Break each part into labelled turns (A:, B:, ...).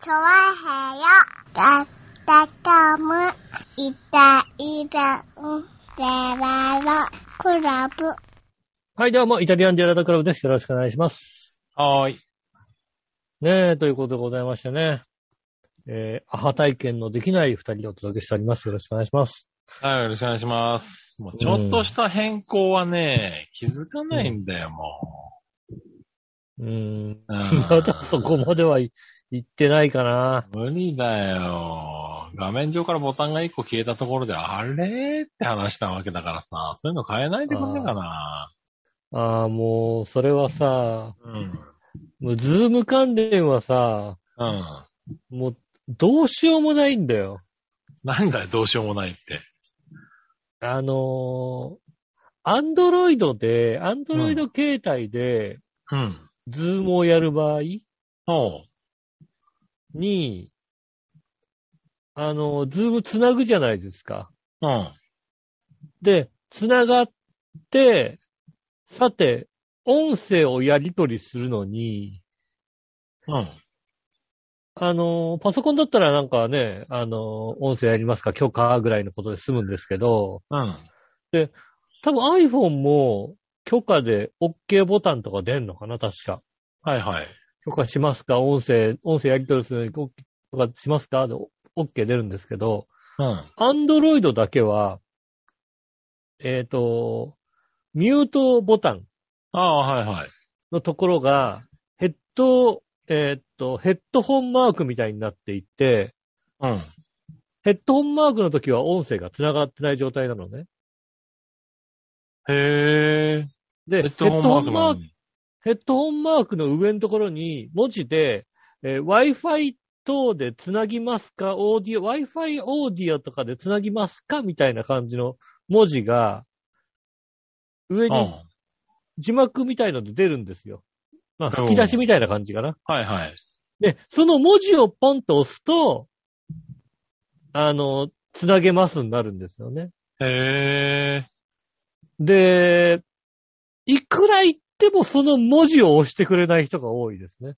A: チョワヘヨだったかむいたいたんでららクラブ。
B: はい、どうも、イタリアンディアラタクラブです。よろしくお願いします。
C: はーい。
B: ねえ、ということでございましてね。えー、アハ体験のできない二人でお届けしております。よろしくお願いします。
C: はい、よろしくお願いします。もうちょっとした変更はね、気づかないんだよ、も
B: うーん。
C: う。
B: まだそこまではい行ってないかな。
C: 無理だよ。画面上からボタンが1個消えたところで、あれって話したわけだからさ、そういうの変えないでくんねえかな。
B: ああ、もう、それはさ、
C: うん。
B: もうズーム関連はさ、
C: うん。
B: もう、どうしようもないんだよ。
C: なんだよ、どうしようもないって。
B: あのー、アンドロイドで、アンドロイド携帯で、
C: うん。
B: ズームをやる場合
C: おう。
B: に、あのー、ズームつなぐじゃないですか。
C: うん。
B: で、つながって、さて、音声をやり取りするのに、
C: うん。
B: あのー、パソコンだったらなんかね、あのー、音声やりますか、許可ぐらいのことで済むんですけど、
C: うん。
B: 多分 iPhone も許可で OK ボタンとか出んのかな、確か。
C: はいはい。
B: 許可しますか、音声、音声やり取りするのに OK とかしますかで OK 出るんですけど、
C: うん。
B: Android だけは、えっ、と、ミュートボタン。
C: ああ、はいはい。
B: のところが、ヘッド、えーっと、ヘッドホンマークみたいになっていて、
C: うん。
B: ヘッドホンマークの時は音声が繋がってない状態なのね。
C: へえ。
B: で、ヘ
C: ヘ
B: ッ
C: ッ
B: ド
C: ド
B: ホ
C: ホ
B: ンマ
C: ンマ
B: ー
C: ー
B: ク
C: ク、、
B: ヘッドホンマークの上のところに文字で、えー Wi-Fi 等で繋ぎますかオーディオ、Wi-Fi オーディオとかで繋ぎますかみたいな感じの文字が、上
C: うん。
B: に字幕みたいので出るんですよ。まあ、吹き出しみたいな感じかな。
C: はいはい。
B: で、その文字をポンと押すと、あの、つなげますになるんですよね。
C: へえ。
B: で、いくら言ってもその文字を押してくれない人が多い ですね。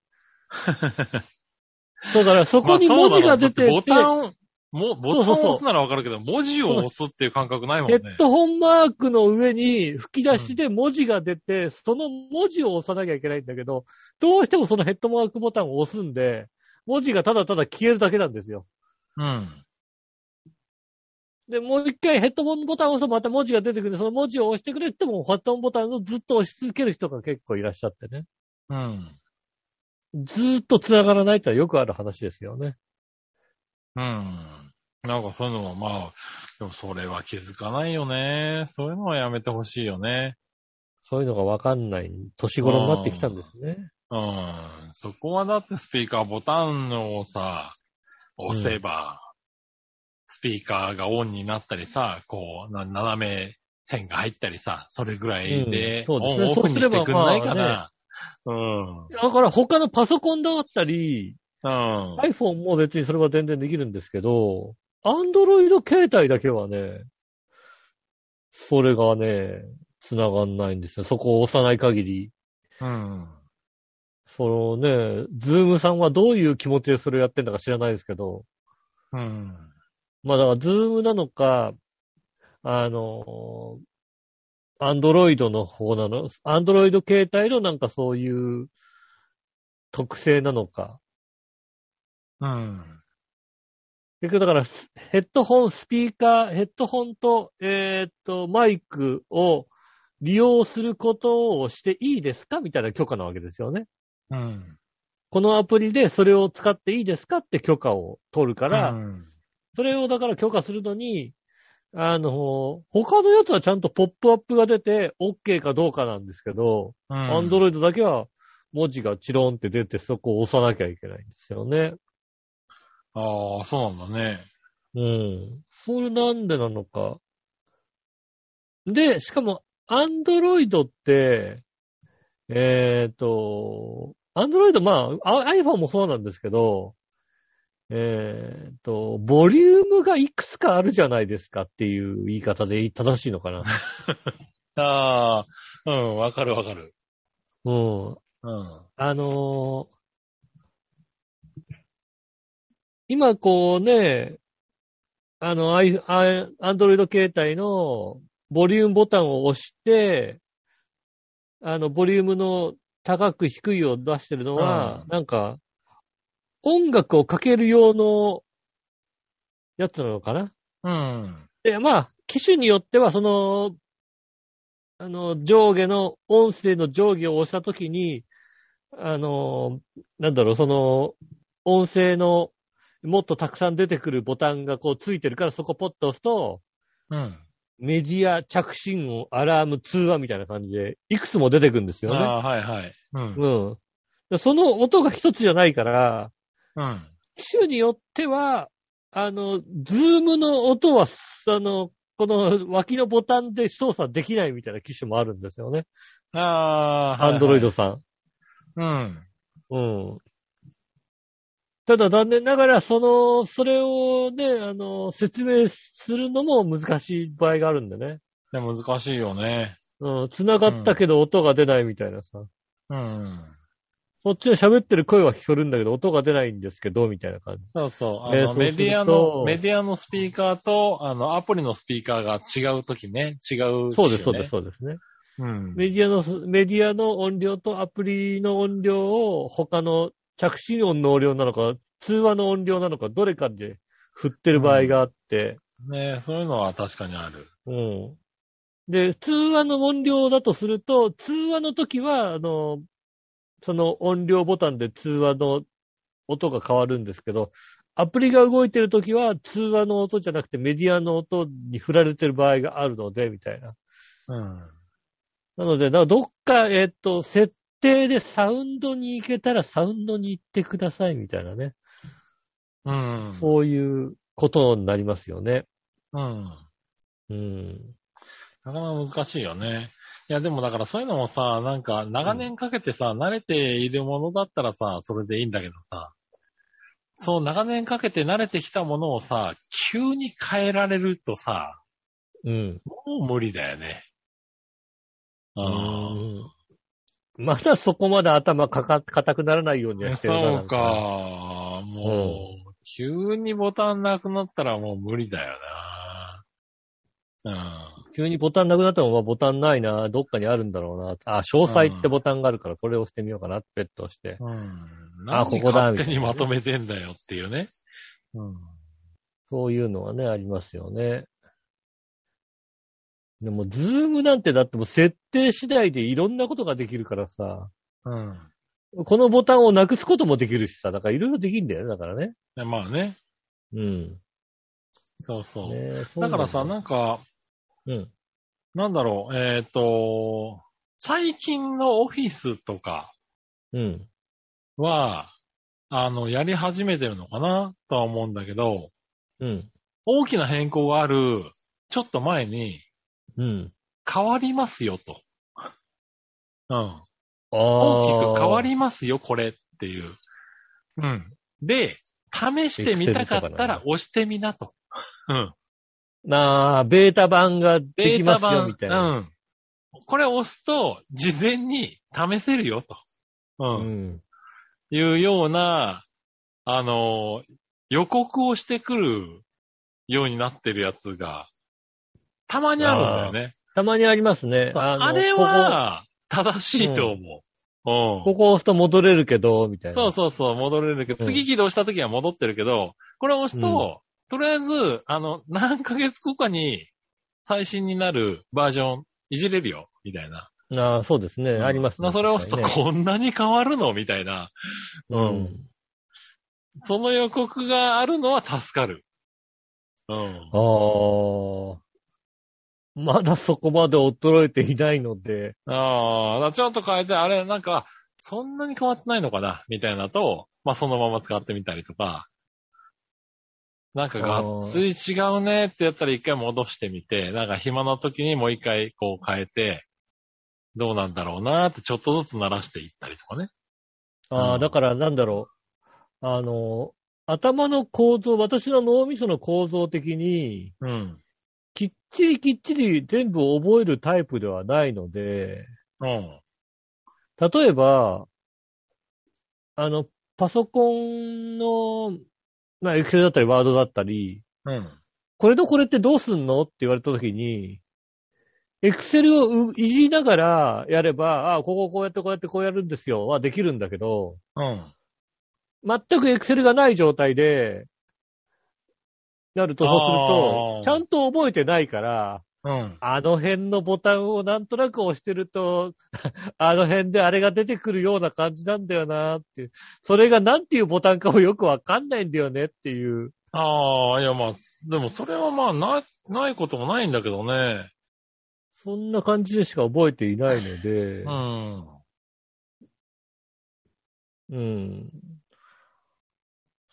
B: だからそこに文字が出てて、
C: まあそうだろうだってボタンを、もボタン
B: そうそう
C: を
B: そう
C: 押すならわかるけど、文字を押すっていう感覚ないもん
B: ヘ
C: ね。
B: ッドホンマークの上に吹き出しで文字が出て、その文字を押さなきゃいけないんだけど、どうしてもそのヘッドマークボタンを押すんで、文字がただただ消えるだけなんですよ。
C: うん。
B: で、もう一回ヘッドホンボタンを押すとまた文字が出てくるんで、その文字を押してくれっても、ヘッドホンボタンをずっと押し続ける人が結構いらっしゃってね。
C: うん。
B: ずーっと繋がらないってのはよくある話ですよね。
C: うん。なんかそういうのはまあ、でもそれは気づかないよね。そういうのはやめてほしいよね。
B: そういうのがわかんない年頃になってきたんですね。
C: うん。そこはだってスピーカーボタンをさ、押せば、スピーカーがオンになったりさ、こう、な斜め線が入ったりさ、それぐらいで、
B: うんそうですね
C: オンオフにしてくんない
B: そうすればま
C: かな。うん。
B: だから他のパソコンだったり、
C: うん。
B: iPhone も別にそれは全然できるんですけど、Android 携帯だけはね、それがね、繋がんないんですよ。そこを押さない限り。
C: うん。
B: そのね、ズームさんはどういう気持ちでそれをやってんだか知らないですけど、
C: うん。
B: まあだからズームなのか、あの、アンドロイドの方なの、アンドロイド携帯のなんかそういう特性なのか。
C: うん。
B: 結局だからスヘッドホン、スピーカー、ヘッドホンと、えーっと、マイクを利用することをしていいですかみたいな許可なわけですよね。
C: うん。
B: このアプリでそれを使っていいですかって許可を取るか、
C: からうん。
B: それをだから許可するのに、あの、他のやつはちゃんとポップアップが出て、OK かどうかなんですけど、アンドロイドだけは文字がチロンって出て、そこを押さなきゃいけないんですよね。
C: ああ、そうなんだね。
B: うん。それなんでなのか。で、しかも、アンドロイドって、えっ、と、アンドロイド、まあ、あ iPhone もそうなんですけど、えっ、と、ボリュームがいくつかあるじゃないですかっていう言い方で正しいのかな。
C: ああ、うん、わかるわかる。
B: うん。
C: うん。
B: あのー今こうね、あの、アイ、アンドロイド携帯のボリュームボタンを押して、あの、ボリュームの高く低いを出してるのは、
C: うん
B: なんか、音楽をかける用のやつなのかな
C: うん。
B: で、まあ、機種によっては、その、あの、上下の、音声の上下を押したときに、あの、なんだろう、その、音声の、もっとたくさん出てくるボタンがこうついてるから、そこポッと押すと、
C: うん。
B: メディア着信音、アラーム、通話みたいな感じで、いくつも出てくるんですよ
C: あ
B: ね。
C: あ、はいはい。うん。
B: うん。でその音が一つじゃないから、
C: うん。
B: 機種によっては、あの、ズームの音は、あの、この脇のボタンで操作できないみたいな機種もあるんですよね。
C: ああ、はいはい
B: アンドロイド。さ
C: うん。
B: ん。うん。ただ残念ながら、その、それをね、あの、説明するのも難しい場合があるんでね。
C: で難しいよね。
B: うん、繋がったけど音が出ないみたいなさ。
C: うん。
B: こっちで喋ってる声は聞こえるんだけど、音が出ないんですけど、みたいな感じ。
C: そうそう。あ
B: ね
C: の、
B: そうする
C: メディア
B: と
C: の、メディアのスピーカーと、あの、アプリのスピーカーが違うときね。違う、
B: そうです、そうです、。そうですね。
C: うん。
B: メディアの、メディアの音量とアプリの音量を他の着信音の音量なのか、通話の音量なのか、どれかで振ってる場合があって、
C: ねそういうのは確かにある。
B: うん。で、通話の音量だとすると、通話の時は、あの、その音量ボタンで通話の音が変わるんですけど、アプリが動いてる時は通話の音じゃなくてメディアの音に振られてる場合があるので、みたいな。
C: うん。
B: なので、だからどっか、えっと、設定でサウンドに行けたらサウンドに行ってくださいみたいなね。
C: うん。
B: そういうことになりますよね。
C: うん。
B: うん。
C: なかなか難しいよね。いや、でもだからそういうのもさ、なんか長年かけてさ、慣れているものだったらさ、それでいいんだけどさ、そう長年かけて慣れてきたものをさ、急に変えられるとさ、
B: うん。
C: もう無理だよね。
B: う
C: あ
B: んまだそこまで頭かか、硬くならないようには
C: あ。
B: してるな
C: そう。か。もう、急にボタンなくなったらもう無理だよな。
B: なんか急にボタンなくなっても、まあ、ボタンないな、どっかにあるんだろうな。あ、詳細ってボタンがあるから、これを押してみようかな、ペット押して。
C: うん。うん。
B: あ
C: 何
B: ここだ
C: 勝手にまとめてんだよっていうね。うん。
B: そういうのはね、ありますよね。でも、ズームなんてだってもう設定次第でいろんなことができるからさ、
C: うん。
B: このボタンをなくすこともできるしさ、だからいろいろできるんだよね、だからね。
C: でまあね。
B: うん。
C: そうそう。
B: ねそうな
C: だ
B: ん
C: からさ、なんか、
B: うん。
C: なんだろう、えっ、と、最近のオフィスとか
B: うん。
C: は、あの、やり始めてるのかなとは思うんだけど、
B: うん。
C: 大きな変更がある、ちょっと前に、
B: うん。
C: 変わりますよと。 うん。
B: あ
C: 大きく変わ
B: ー
C: りますよ、これっていう。うん。で、試してみたかったら押してみなと。うん。
B: なあ、ベータ版がで
C: デ
B: き
C: ー
B: ま
C: タ
B: すよ、
C: 版
B: みたいな。
C: うん。これを押すと、事前に試せるよ、と。う。
B: うんん。
C: いうような、あのー予告をしてくるようになってるやつが、たまにあるんだよね。
B: たまにありますね。
C: あ
B: の
C: れ、は、正しいと思う。うん。
B: ここここ押すと戻れるけど、みたいな。
C: そうそうそう、戻れるけど、
B: うん
C: 次起動した時は戻ってるけど、これを押すと、とりあえず、あの、何ヶ月後かに最新になるバージョンいじれるよ、みたいな。
B: あーそうですね、あります
C: ま
B: ね。
C: あそれを押すと、
B: 確か
C: こんなに変わるのみたいな。
B: にねうん。
C: その予告があるのは助かる。うん。
B: ああ。まだそこまで衰えていないので、
C: ああ、だからちょっと変えて、あれ、なんか、そんなに変わってないのかなみたいなと、まあ、そのまま使ってみたりとか、なんかがっつり違うねってやったら一回戻してみて、なんか暇な時にもう一回こう変えて、どうなんだろうなーってちょっとずつ鳴らしていったりとかね。
B: あ
C: う
B: あ、
C: ん
B: だからなんだろう。あの、頭の構造、私の脳みその構造的に、
C: うん。
B: きっちりきっちり全部覚えるタイプではないので、
C: うん。
B: 例えば、あの、パソコンの、まあ、エクセルだったり、ワードだったり、
C: うん。
B: これとこれってどうすんのって言われたときに、エクセルをういじりながらやれば、ああ、ここをこうやってこうやってこうやるんですよ、はできるんだけど、
C: うん。
B: 全くエクセルがない状態で、なると、そうする
C: あ
B: と
C: ー、
B: ちゃんと覚えてないから、
C: うん。
B: あの辺のボタンをなんとなく押してると、 あの辺であれが出てくるような感じなんだよなっていう。それがなんていうボタンかもよくわかんないんだよねっていう。
C: ああ、いやまあ、でもそれはまあ、な、ないこともないんだけどね。
B: そんな感じでしか覚えていないので
C: う、ん。
B: うん。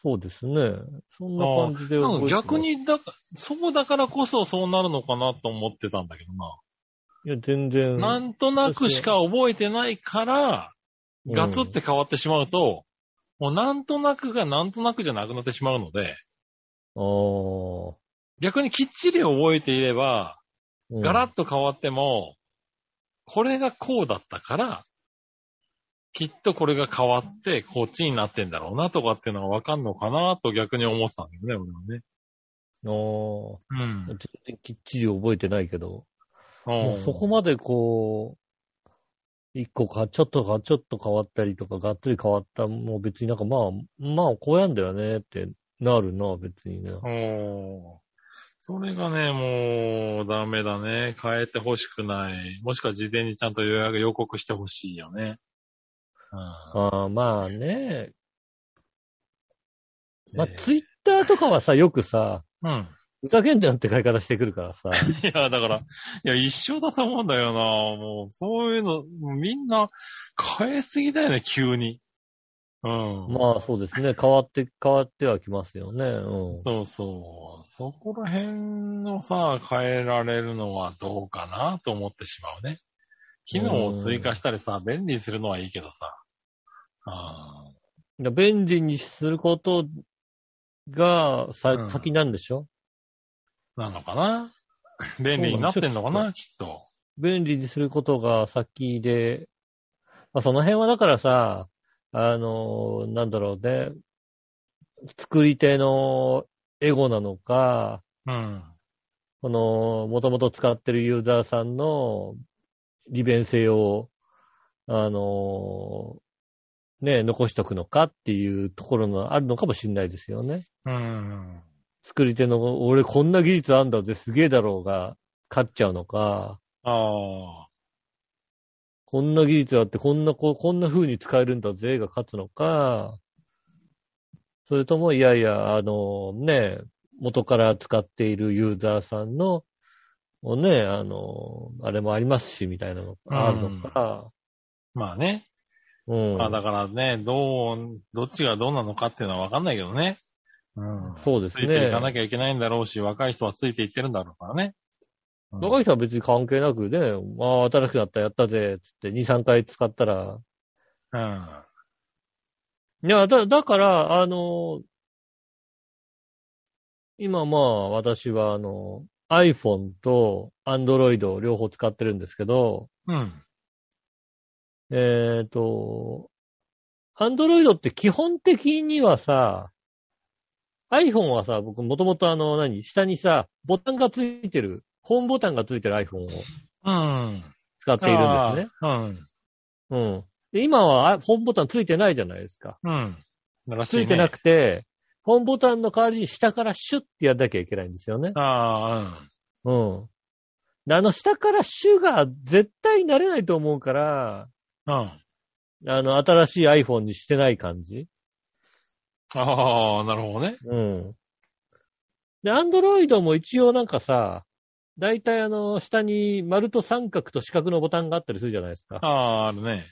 B: そうですね。そんな感じで
C: なん
B: 覚えてま
C: か
B: す
C: 逆。にだ、そうだからこそそうなるのかなと思ってたんだけどな。
B: いや、全然。
C: なんとなくしか覚えてないから、
B: うん
C: ガツって変わってしまうと、もうなんとなくがなんとなくじゃなくなってしまうので、
B: ああ。
C: 逆にきっちり覚えていれば、
B: うん
C: ガラッと変わっても、これがこうだったから、きっとこれが変わって、こっちになってんだろうなとかっていうのがわかんのかなと逆に思ってたんだよね、
B: あー
C: 俺はね。
B: 全然きっちり覚えてないけど。
C: うん。
B: もうそこまでこう、一個か、ちょっとか、ちょっと変わったりとか、がっつり変わった、もう別になんかまあ、まあ、こうやんだよねってなるな、別にね。
C: おーそれがね、もう、ダメだね。変えてほしくない。もしくは事前にちゃんと予約、予告してほしいよね。うん。
B: ああまあね。まあ、
C: ね
B: ツイッターとかはさ、よくさ、
C: うん。
B: ふざけんじゃんって買い方してくるからさ。
C: いや、だから、いや、一緒だと思うんだよな。もう、そういうの、もうみんな、変えすぎだよね、急に。うん。
B: まあそうですね。変わって、変わってはきますよね。う
C: そうそう。そこら辺をさ、変えられるのはどうかなと思ってしまうね。機能を追加したりさ、便利にするのはいいけどさ。あ
B: ん。だから便利にすることがさ、
C: うん
B: 先なんでしょ
C: ーなのかな便利になってんのかなきっと。
B: 便利にすることが先で、まあ、その辺はだからさ、あの、なんだろうね、作り手のエゴなのか、
C: うん。
B: この、もともと使ってるユーザーさんの利便性を、あの、ね、残しとくのかっていうところがあるのかもしれないですよね。
C: うん。
B: 作り手の、俺こんな技術あんだぜ、すげえだろうが、勝っちゃうのか、
C: ああ。
B: こんな技術があって、こんな、ここんな風に使えるんだぜが勝つのか、それとも、いやいや、あの、ね、元から使っているユーザーさんの、もうね、あの、あれもありますし、みたいなの
C: うん
B: があるのか、
C: まあね。
B: うん。
C: まあだからね、どう、どっちがどうなのかっていうのはわかんないけどね。うん。
B: そうです
C: ついてい
B: ね
C: か。なきゃいけないんだろうし、若い人はついていってるんだろうからね。うん
B: 若い人は別に関係なくね、ああ、新しくなった、やったぜ、つって、2、3回使ったら、
C: うん。
B: いや、だ、だから、あの、今まあ、私はあの、iPhone と Android を両方使ってるんですけど、
C: うん。
B: えっ、と、Android って基本的にはさ、iPhone はさ、僕もともとあの、何、下にさ、ボタンがついてる、ホームボタンがついてる iPhone を
C: うん。
B: 使っているんですね。
C: あー
B: うん。で今はあホームボタンついてないじゃないですか。
C: うん。うん。らしい
B: つ
C: ね
B: いてなくて、ホームボタンの代わりに下からシュッてやんなきゃいけないんですよね。
C: あ
B: うん。であの下からシュが絶対慣れないと思うから、
C: あ、うん。うん。
B: あの新しい iPhone にしてない感じ。
C: ああ、なるほどね。
B: うん。で、Android も一応なんかさ、だいたいあの下に丸と三角と四角のボタンがあったりするじゃないですか。
C: ああ、あるね。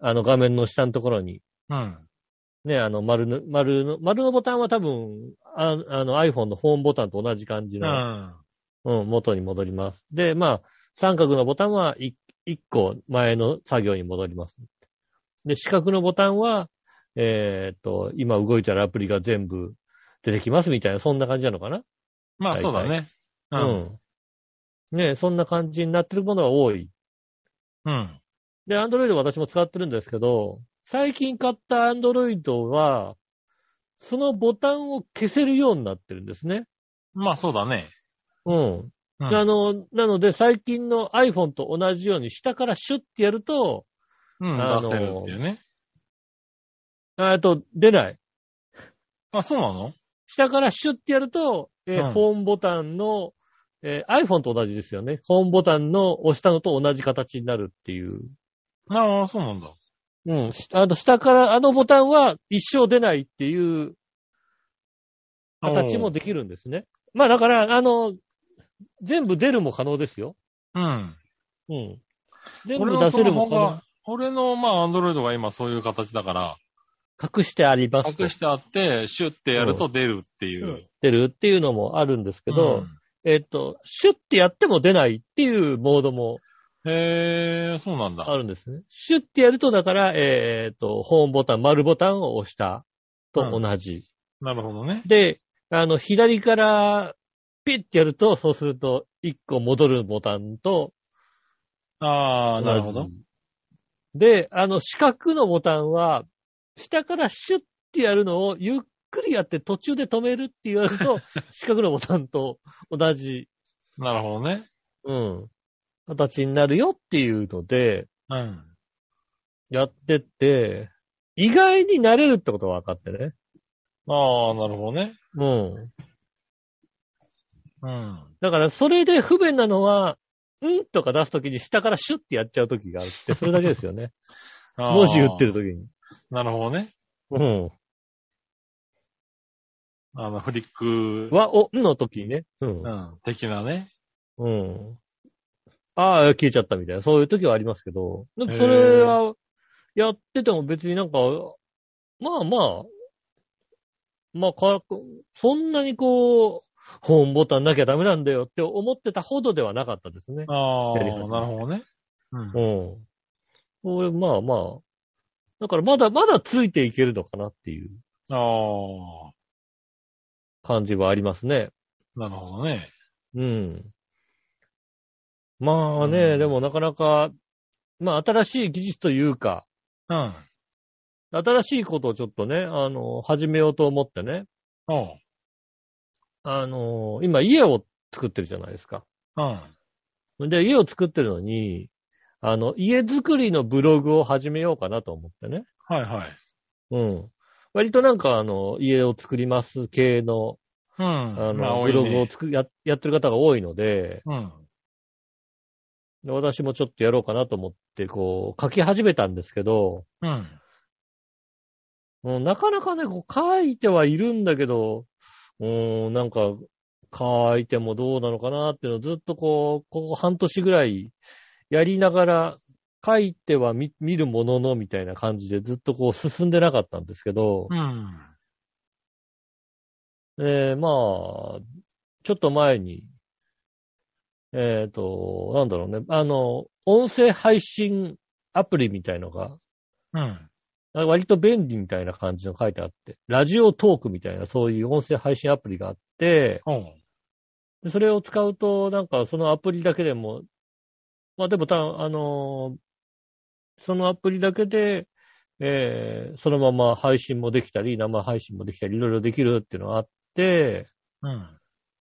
B: あの画面の下のところに。
C: うん。
B: ね、あの丸の、丸の、丸のボタンは多分、ああの iPhone のホームボタンと同じ感じ
C: う
B: の。
C: ん。
B: うん、元に戻ります。で、まあ、三角のボタンは1個前の作業に戻ります。で、四角のボタンは、えーっと、今動いてるアプリが全部出てきますみたいな、そんな感じなのかな
C: まあ、そうだね。う。
B: うんん。ねえそんな感じになってるものが多い。
C: うん。
B: で、Android 私も使ってるんですけど、最近買った Android は、そのボタンを消せるようになってるんですね。
C: まあそうだね。
B: うん。
C: うん
B: あの、なので最近の iPhone と同じように下からシュッてやると、
C: うん、出せるっていうね。
B: あと出ない。
C: あ、そうなの
B: 下からシュッてやると、えー
C: うん
B: ホームボタンの、えー iPhone と同じですよね。ホームボタンの押したのと同じ形になるっていう。
C: ああ、そうなんだ。
B: うん。しあの、下から、あのボタンは一生出ないっていう形もできるんですね。まあだから、あの、全部出るも可能ですよ。
C: うん。
B: うん。全
C: 俺
B: 部
C: の
B: 出
C: ス
B: せる
C: マ
B: も
C: ホ
B: 可能
C: が。、俺の、まあ、アンドロイドが今そういう形だから、
B: 隠してありますと。
C: 隠してあって、シュッてやると出るっていう。
B: 出るっていうのもあるんですけ
C: う
B: ど、
C: ん
B: えっと、シュッてやっても出ないっていうモードも
C: へえ、そうなんだ。
B: あるんですね。シュッてやると、だから、えっと、ホームボタン、丸ボタンを押したと同じ。
C: なるほどね。
B: で、あの、左からピッてやると、そうすると、1個戻るボタンと
C: あ
B: 同
C: あ、
B: じ。
C: なるほど。。
B: で、あの、四角のボタンは、下からシュッてやるのをゆっくりやって途中で止めるって言われる と、四角のボタンと同じ
C: なるほどね。
B: うん。形になるよっていうので、
C: うん。
B: やってって、意外になれるってことが分かってね。
C: ああ、なるほどね。
B: うん。
C: うん。
B: だから、それで不便なのは、うんとか出すときに下からシュッてやっちゃうときがあるって、それだけですよね。
C: あー
B: 文字打ってる。ときに。
C: なるほどね。
B: うん。
C: あの、フリック、
B: わ、お、んのときにね。うん
C: う。ん、的なね。
B: うん。ああ、消えちゃったみたいな。そういう時はありますけど。でもそれは、やってても別になんか、まあまあ、まあか、そんなにこう、ホームボタンなきゃダメなんだよって思ってたほどではなかったですね。
C: ああ、
B: やり
C: な
B: 方
C: るほどね。うん
B: う。ん。これ、まあまあ。だからまだまだついていけるのかなっていう
C: ああ、
B: 感じはありますね。
C: なるほどね。
B: うん。まあね、
C: うん
B: でもなかなか、まあ新しい技術というか、
C: うん。
B: 新しいことをちょっとね、あの、始めようと思ってね、
C: おう。
B: あの、今家を作ってるじゃないですか。
C: うん。
B: で、家を作ってるのに、あの、家作りのブログを始めようかなと思ってね。
C: はいはい。
B: うん。割となんか、あの、家を作ります系の、
C: うん。
B: あの、
C: まあ、多
B: ブ
C: い
B: ログを
C: ね。
B: 作ややってる方が多いので、
C: うん。
B: で私もちょっとやろうかなと思って、こう、書き始めたんですけど、
C: うん。
B: うん、なかなかね、こう書いてはいるんだけど、うーん、なんか、書いてもどうなのかなっていうのをずっとこう、ここ半年ぐらいやりながら、書いては見見るもののみたいな感じでずっとこう進んでなかったんですけど、
C: うん。
B: えーまあ、ちょっと前に、えっ、と、なんだろうね、あの、音声配信アプリみたいのが、
C: うん。
B: あ割と便利みたいな感じの書いてあって、ラジオトークみたいな、そういう音声配信アプリがあって、
C: おう。
B: でそれを使うと、なんかそのアプリだけでも、まあでもた、あのーそのアプリだけで、えーそのまま配信もできたり、生配信もできたり、いろいろできるっていうのがあって、
C: うん。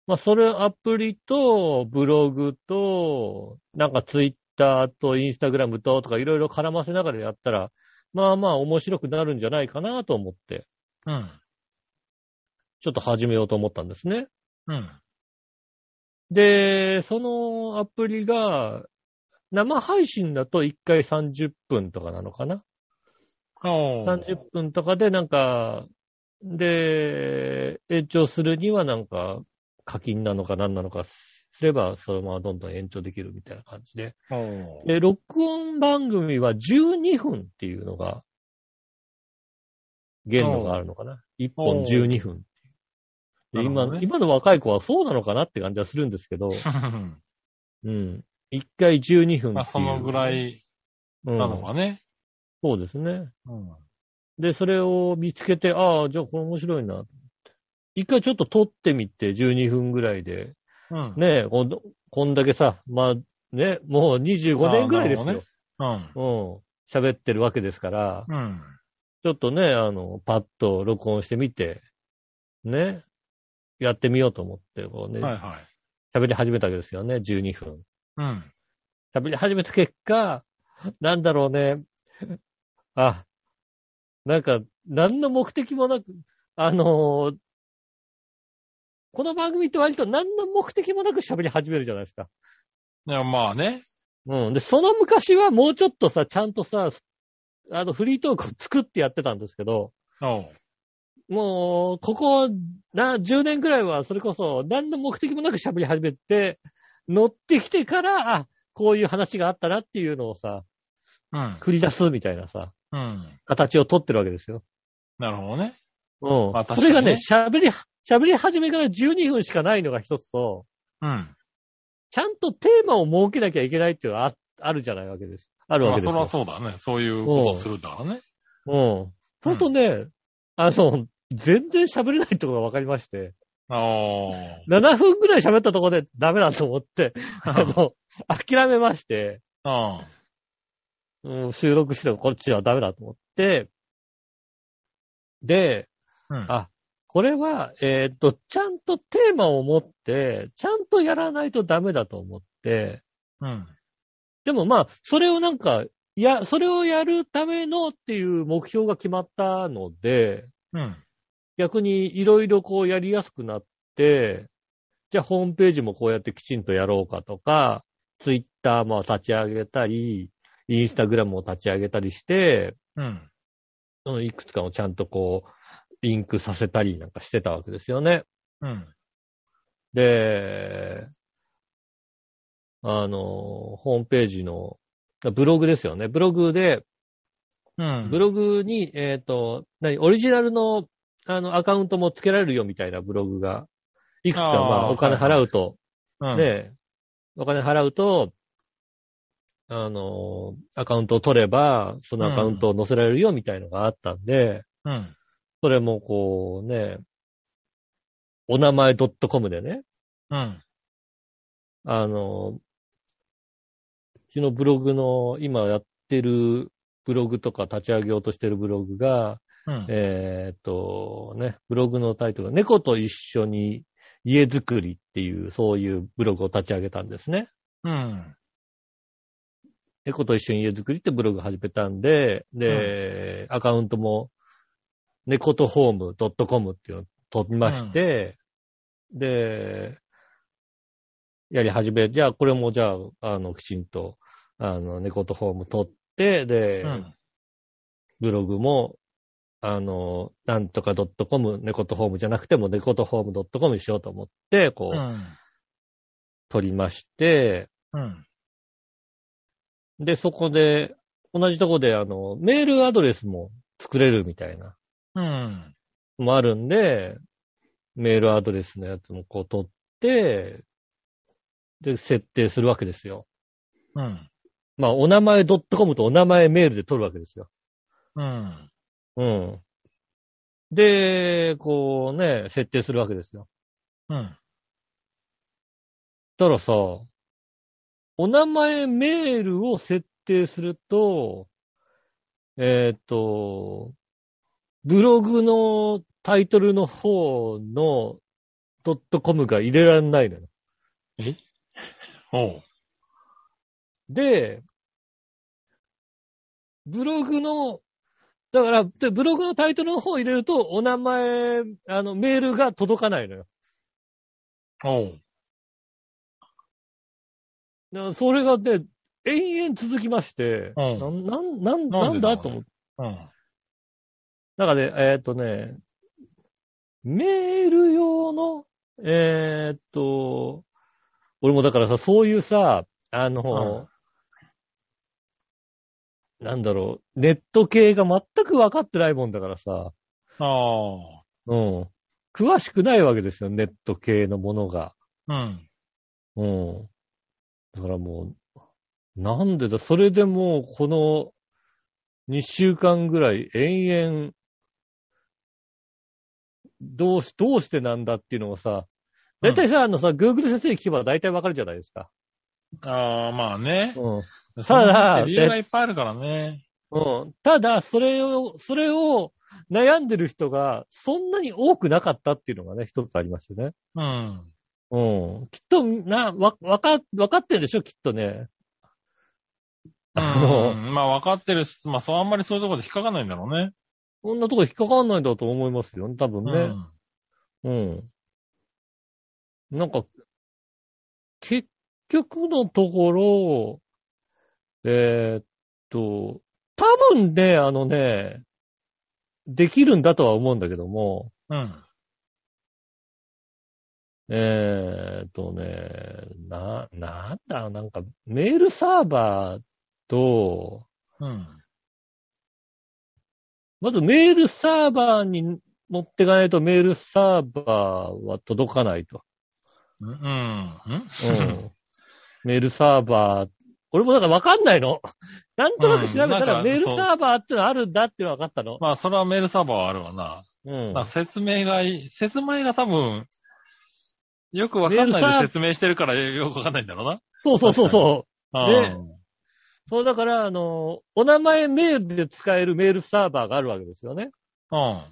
B: まあそれアプリと、ブログと、なんかツイッターとインスタグラムととかいろいろ絡ませながらやったら、まあまあ面白くなるんじゃないかなと思って、
C: うん。
B: ちょっと始めようと思ったんですね。
C: うん。
B: で、そのアプリが、生配信だと1回30分とかなのかな
C: おう。
B: ?30 分とかでなんか、で、延長するにはなんか課金なのか何なのかすれば、そのままどんどん延長できるみたいな感じで。
C: おう。
B: で、録音番組は12分っていうのが、限度があるのかな ?1 本12分。で
C: なる
B: 今
C: ほどね
B: 今の若い子はそうなのかなって感じはするんですけど、うん。1回12分っていう。
C: まあ、そのぐらい
B: うん
C: なのかね。
B: そうですね。
C: うん。
B: で、それを見つけて、ああ、じゃあこれ面白いな。一回ちょっと撮ってみて、12分ぐらいで。
C: うん。
B: ねえ、こんこんだけさ、まあね、もう25年ぐらいですよ。
C: ああなる
B: うん。喋ってるわけですから、
C: うん。
B: ちょっとね、あの、パッと録音してみて、ね、やってみようと思って、こうね、
C: はいはい。
B: 喋り始めたわけですよね、12分。
C: うん。
B: 喋り始めた結果、なんだろうね。あ、なんか、何の目的もなく、あのーこの番組って割と何の目的もなく喋り始めるじゃないですか。
C: いや、まあね。
B: うん。で、その昔はもうちょっとさ、ちゃんとさ、あの、フリートークを作ってやってたんですけど、
C: おう
B: もう、ここ、な、10年くらいは、それこそ、何の目的もなく喋り始めて、乗ってきてから、あ、こういう話があったなっていうのをさ、
C: うん。
B: 繰り出すみたいなさ、
C: うん。
B: 形を取ってるわけですよ。
C: なるほどね。
B: うん。
C: まあ確
B: そ
C: か
B: れが
C: に
B: ね
C: ね、
B: 喋り、喋り始めから12分しかないのが一つと、
C: うん。
B: ちゃんとテーマを設けなきゃいけないっていうのはああるじゃないわけです。あるわ
C: ま
B: けです
C: あ、そ
B: よ。
C: りゃそうだね。そういうことをするんだろうね。
B: うん。そうするとね、あの、全然喋れないってことが分かりまして、
C: お
B: 7分くらい喋ったところでダメだと思って、あ
C: ー。
B: の、諦めまして、
C: うん。
B: うん、収録してもこっちはダメだと思って、で、
C: うん
B: あこれは、えーっと、ちゃんとテーマを持って、ちゃんとやらないとダメだと思って、
C: うん。
B: でもまあ、それをなんか、いや、それをやるためのっていう目標が決まったので、
C: うん。
B: 逆にいろいろこうやりやすくなって、じゃあホームページもこうやってきちんとやろうかとか、ツイッターも立ち上げたり、インスタグラムも立ち上げたりして、
C: うん。
B: うんいくつかをちゃんとこう、リンクさせたりなんかしてたわけですよね。
C: うん。
B: で、あの、ホームページの、ブログですよね。ブログで、
C: うん。
B: ブログに、えっ、と、何、オリジナルの、あの、アカウントも付けられるよみたいなブログが、いくつか、ま
C: あー
B: あ、お金
C: はいは
B: 払
C: いう
B: と、
C: うん。
B: ね、お金払うと、あの、アカウントを取れば、そのアカウントを載せられるよみたいのがあったんで、
C: うん。
B: それもこうね、お名前 .com でね、
C: うん。
B: あの、うちのブログの、今やってるブログとか立ち上げようとしてるブログが、
C: うん。
B: えーっと、ね、ブログのタイトルが、猫と一緒に家づくりっていう、そういうブログを立ち上げたんですね。
C: うん。
B: 猫と一緒に家づくりってブログ始めたんで、で、アカウントも、猫とホーム .com っていうのを取りまして、で、やり始め、じゃあこれもじゃあ、あの、きちんと、あの、猫とホーム取って、で、
C: うん。
B: ブログも、あの、なんとか .com、猫とホームじゃなくても、猫とホーム .com にしようと思って、こ
C: う
B: う、
C: ん。
B: 取りまして、
C: うん。
B: で、そこで、同じとこで、あの、メールアドレスも作れるみたいな、
C: うん。
B: もあるんで、メールアドレスのやつもこう取って、で、設定するわけですよ。
C: うん。
B: まあ、お名前 .com とお名前メールで取るわけですよ。
C: うん。
B: うん。で、こうね、設定するわけですよ。
C: うん。
B: たらさ、お名前メールを設定すると、えーっ、と、ブログのタイトルの方のドットコムが入れられないのよ。
C: おう。
B: で、ブログの、だから、でブログのタイトルの方を入れると、お名前、あの、メールが届かないのよ。
C: おう。
B: だからそれがね、延々続きまして、
C: うん
B: なん、なん、なんな
C: なんで
B: ん
C: だろうね
B: だと思って。
C: うん。
B: だからね、えーっ、とね、メール用の、えーっ、と、俺もだからさ、そういうさ、あの、なんだろう、ネット系が全く分かってないもんだからさ、
C: あ
B: うん。詳しくないわけですよ、ネット系のものが。
C: あ。うん。
B: うん。だからもう、なんでだ、それでもう、この、2週間ぐらい、延々、どうし、どうしてなんだっていうのをさ、だいたいさ、あのさ、Google 先生に聞けばだいたいわかるじゃないですか。
C: ああ、まあね。
B: うん。
C: そん
B: た
C: な
B: だ
C: 理由がいっぱいあるからね。
B: うん。ただ、それを、それを悩んでる人がそんなに多くなかったっていうのがね、一つありましてね。
C: うん。
B: うん。きっと、な、わ、わか、わかってるでしょ、きっとね。あ
C: う
B: の、
C: ん まあ分かってるし、まあそう、あんまりそういうところで引っかかんないんだろうね。
B: こんなとこ引っかかんないんだと思いますよね、多分ね。うん。なんか、結局のところ、えーっと、多分ね、あのね、できるんだとは思うんだけども、
C: うん。うん。
B: えーっとね、な、なんだ、なんか、メールサーバーと、
C: うん。
B: まずメールサーバーに持ってかないとメールサーバーは届かないと。
C: うん。うん。
B: う ん。メールサーバー。俺もなんかわかんないの。 なんとなく調べた
C: うんなん
B: ら
C: か
B: メールサーバーってのあるんだってのは分かったの。
C: まあ、それはメールサーバーはあるわな。
B: うん
C: なん。か説明がい、説明が多分、よくわかん
B: メールサ
C: な
B: ー
C: いで説明してるからよくわかんないんだろうな。
B: そうそうそうそう。
C: あ
B: そうだから、あの、お名前メールで使えるメールサーバーがあるわけですよね。
C: あ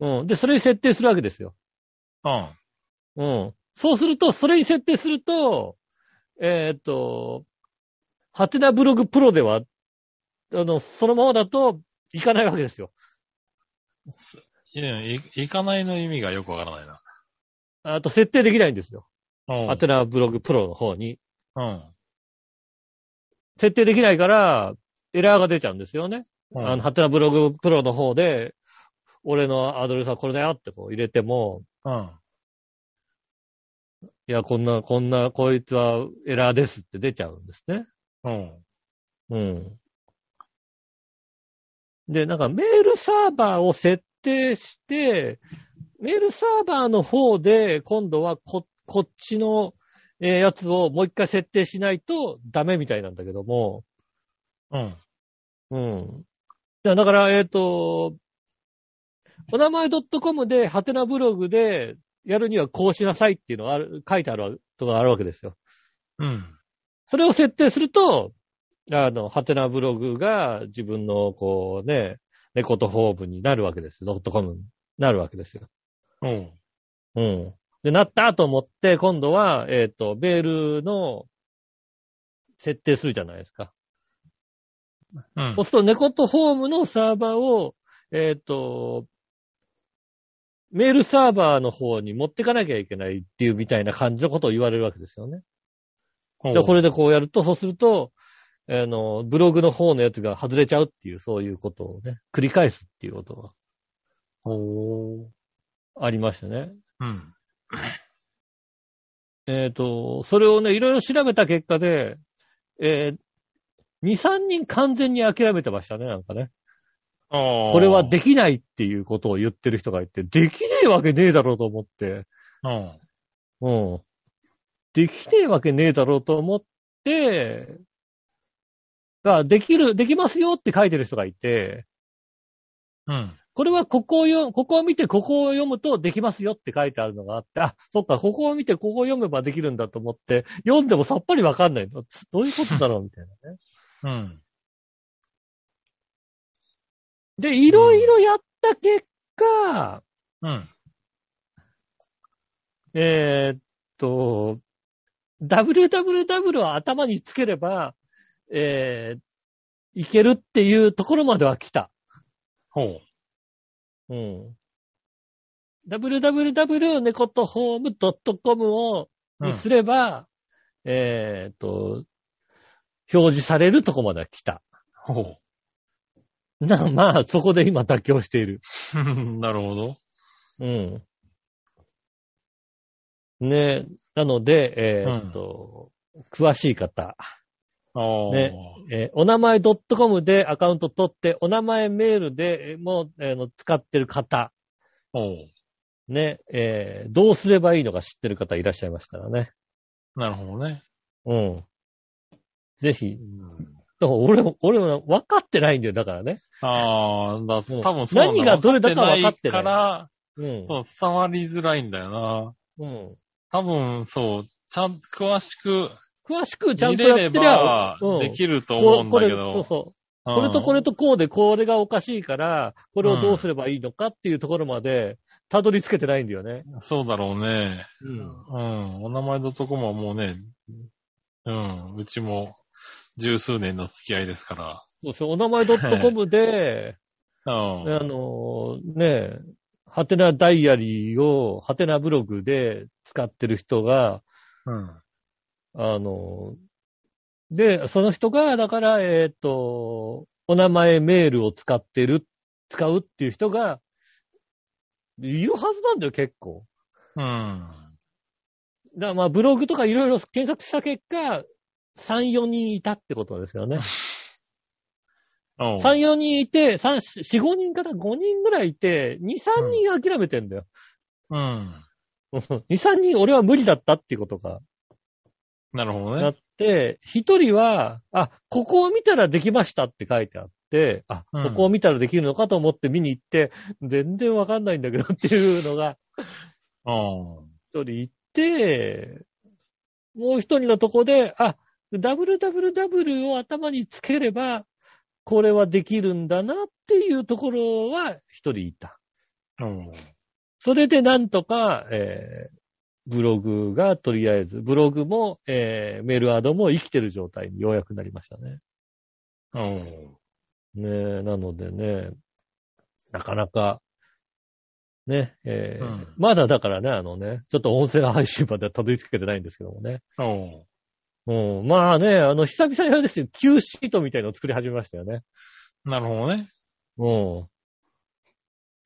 B: うん。で、それに設定するわけですよ。
C: うん。うん。
B: うん。そうすると、それに設定すると、えーっと、ハテナブログプロでは、あの、そのままだと、いかないわけですよ。
C: いやい行かないの意味がよくわからないな。
B: あと、設定できないんですよ。
C: うん
B: ハテナブログプロの方に。
C: うん。
B: 設定できないから、エラーが出ちゃうんですよね。
C: うん
B: あの、ハテナブログプロの方で、俺のアドレスはこれだよってこう入れても、
C: うん。
B: いや、こんな、こんな、こいつはエラーですって出ちゃうんですね。
C: うん。
B: うん。で、なんかメールサーバーを設定して、メールサーバーの方で、今度はこ、こっちの、えーやつをもう一回設定しないとダメみたいなんだけども、
C: うん。
B: うん。いやだから、えっ、と、お名前 .com で、ハテナブログでやるにはこうしなさいっていうのがある、書いてあるとがあるわけですよ。
C: うん。
B: それを設定すると、あの、ハテナブログが自分の、こうね、猫とホームになるわけですよ。.com になるわけですよ。
C: うん。
B: うん。で、なったと思って、今度は、えっ、と、メールの設定するじゃないですか。
C: うん
B: そうすると、猫とホームのサーバーを、えっ、と、メールサーバーの方に持ってかなきゃいけないっていうみたいな感じのことを言われるわけですよね。で、これでこうやると、そうすると、あの、ブログの方のやつが外れちゃうっていう、そういうことをね、繰り返すっていうこと
C: ほ
B: がありましたね。
C: う。うん。
B: えっ、と、それをね、いろいろ調べた結果で、えー、2、3人完全に諦めてましたね、なんかね。
C: こ
B: これはできないっていうことを言ってる人がいて、できねえわけねえだろうと思って、
C: うん。
B: うん。できねえわけねえだろうと思って、が、できる、できますよって書いてる人がいて、
C: うん。
B: これはここを読、ここを見てここを読むとできますよって書いてあるのがあって、あ、そっか、ここを見てここを読めばできるんだと思って、読んでもさっぱりわかんないの。どういうことだろうみたいなね。
C: うん。
B: で、いろいろやった結果、
C: うん。
B: えーっと、www を頭につければ、えー、いけるっていうところまでは来た。
C: ほう。
B: うん。www 猫とホーム .com を、
C: うん
B: にすれば、えーっと、表示されるとこまでは来た。
C: ほう。
B: な、まあ、そこで今妥協している。
C: なるほど。
B: うん。ねなので、えーっと、詳しい方、
C: ああ。
B: ねえーお名前 .com でアカウント取って、お名前メールでえーもう、えーの使ってる方、
C: ほ
B: ね、えーどうすればいいのか知ってる方いらっしゃいますからね。
C: う。なるほどね。
B: うん。ぜひ
C: う、ん、
B: でも俺も、俺も分かってないんだよ、だからね。
C: ああ、だ、
B: うん
C: 多分そうなんだ
B: 何がどれだか分かってない
C: から、
B: うん。
C: そう、伝わりづらいんだよな。
B: うん。
C: 多分、そう、ちゃんと詳しく
B: 詳しくちゃん
C: 見
B: と
C: れ
B: やっ
C: れ
B: てりゃ
C: ば、
B: うん
C: できると
B: こ
C: 思う
B: うんこ
C: だ
B: れ
C: け
B: そう
C: ど、
B: そう。
C: こ
B: これとこれとこうでこれがおかしいから、これをどうすればいいのかっていうところまで、たどり着けてないんだよね。
C: そうだろうね。
B: うん。
C: うん。お名前のとこももうね、うん。うちも十数年の付き合いですか
B: そうそう、お名前 .com で、
C: ら。うん。
B: あのー、ねえ、ハテナダイアリーを、ハテナブログで使ってる人が、
C: うん。
B: あのー、で、その人が、だから、えっ、と、お名前メールを使ってる、使うっていう人が、いるはずなんだよ、結構。
C: うん。
B: だからまあブログとかいろいろ検索した結果、3、4人いたってことですよね。
C: おう
B: 3、4人いて、3、4、5人から5人ぐらいいて、2、3人諦めてんだよ。
C: うん。
B: 2、3人 俺は無理だったっていうことが
C: なるほど
B: あ
C: ね
B: っ。て、1人は、あ、ここを見たらできましたって書いてあって、あ、
C: うん
B: ここを見たらできるのかと思って見に行って、全然わかんないんだけどっていうのが
C: おう
B: 一人行って、もう一人のとこで、あ、www を頭につければ、これはできるんだなっていうところは一人いた。
C: おう
B: それでなんとか、えーブログがとりあえず、ブログも、えーメールアドも生きてる状態にようやくなりましたね。
C: おう
B: ねえ、なのでね、なかなか、ね、えー
C: うん
B: まだだからね、あのね、ちょっと音声配信まではたどり着けてないんですけどもね。
C: おう
B: うん、まあね、あの、久々にあれですよ、旧シートみたいのを作り始めましたよね。
C: なるほどね。
B: うん。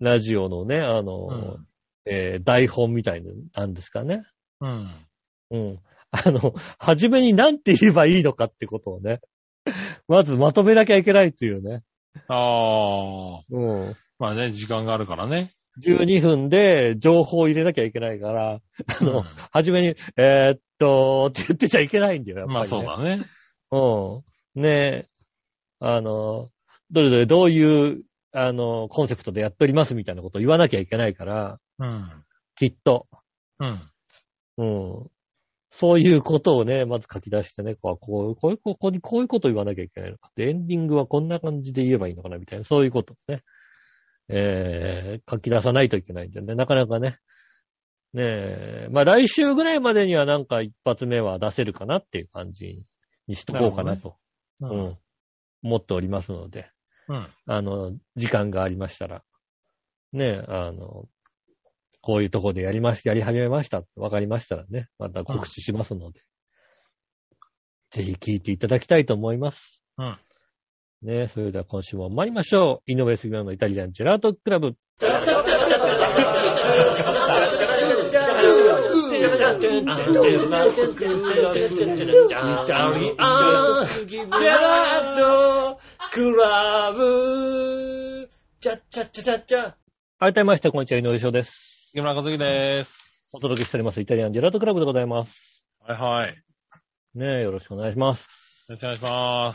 B: ラジオのね、あ
C: う
B: の、
C: ん。
B: えー台本みたいな、なんですかね。
C: うん。
B: うん。あの、初めに何て言えばいいのかってことをね、 まずまとめなきゃいけないっていうね。
C: ああ。
B: うん。
C: まあね、時間があるからね。
B: 12分で情報を入れなきゃいけないから、あの、
C: うん
B: 初めに、えーっと、って言ってちゃいけないんだよ、やっぱり、
C: ま
B: ね。
C: あそうだね。
B: うん。ねえ、あの、どれどれどういう、あの、コンセプトでやっておりますみたいなことを言わなきゃいけないから、
C: うん。
B: きっと。
C: うん。
B: うん。そういうことをね、まず書き出してね、こう、こう、こういう、ここに、こういうことを言わなきゃいけないのか。で、エンディングはこんな感じで言えばいいのかな、みたいな、そういうことをね、えー、書き出さないといけないんだよね。なかなかね。ねえ、まあ来週ぐらいまでにはなんか一発目は出せるかなっていう感じにしとこうかなと。
C: う
B: う。ん。思っておりますので、
C: うん。
B: あの、時間がありましたら、ね、あの、こういうとこでやりましやり始めました、わかりましたらね、また告知しますので、ぜひ聞いていただきたいと思います。
C: うん。
B: ね、それでは今週も参りましょう。井上杉村のイタリアンジェラートクラブ。改めまして、こんにちは、井上翔です。
C: 木村和樹です。
B: お届けしております、イタリアンジェラートクラブでございます。
C: はいはい。
B: ね、よろしくお願いします。
C: よろしくお願いしま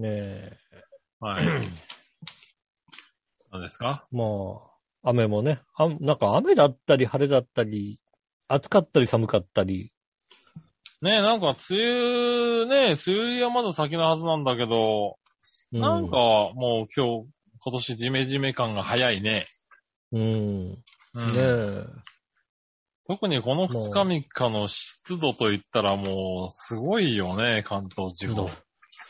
B: ねえ、
C: はい。何ですか
B: まあ、雨もね、あなんか雨だったり晴れだったり、暑かったり寒かったり、
C: ねえ、なんか、梅雨、ねえ、梅雨入りはまだ先のはずなんだけど、
B: う
C: なんか、もう今日、今年ジメジメ感が早いね。
B: うん、ね
C: うん
B: え、
C: 特にこ
B: も
C: の
B: う
C: 2日3日の湿度といったらもう、すごいよね、関東地方。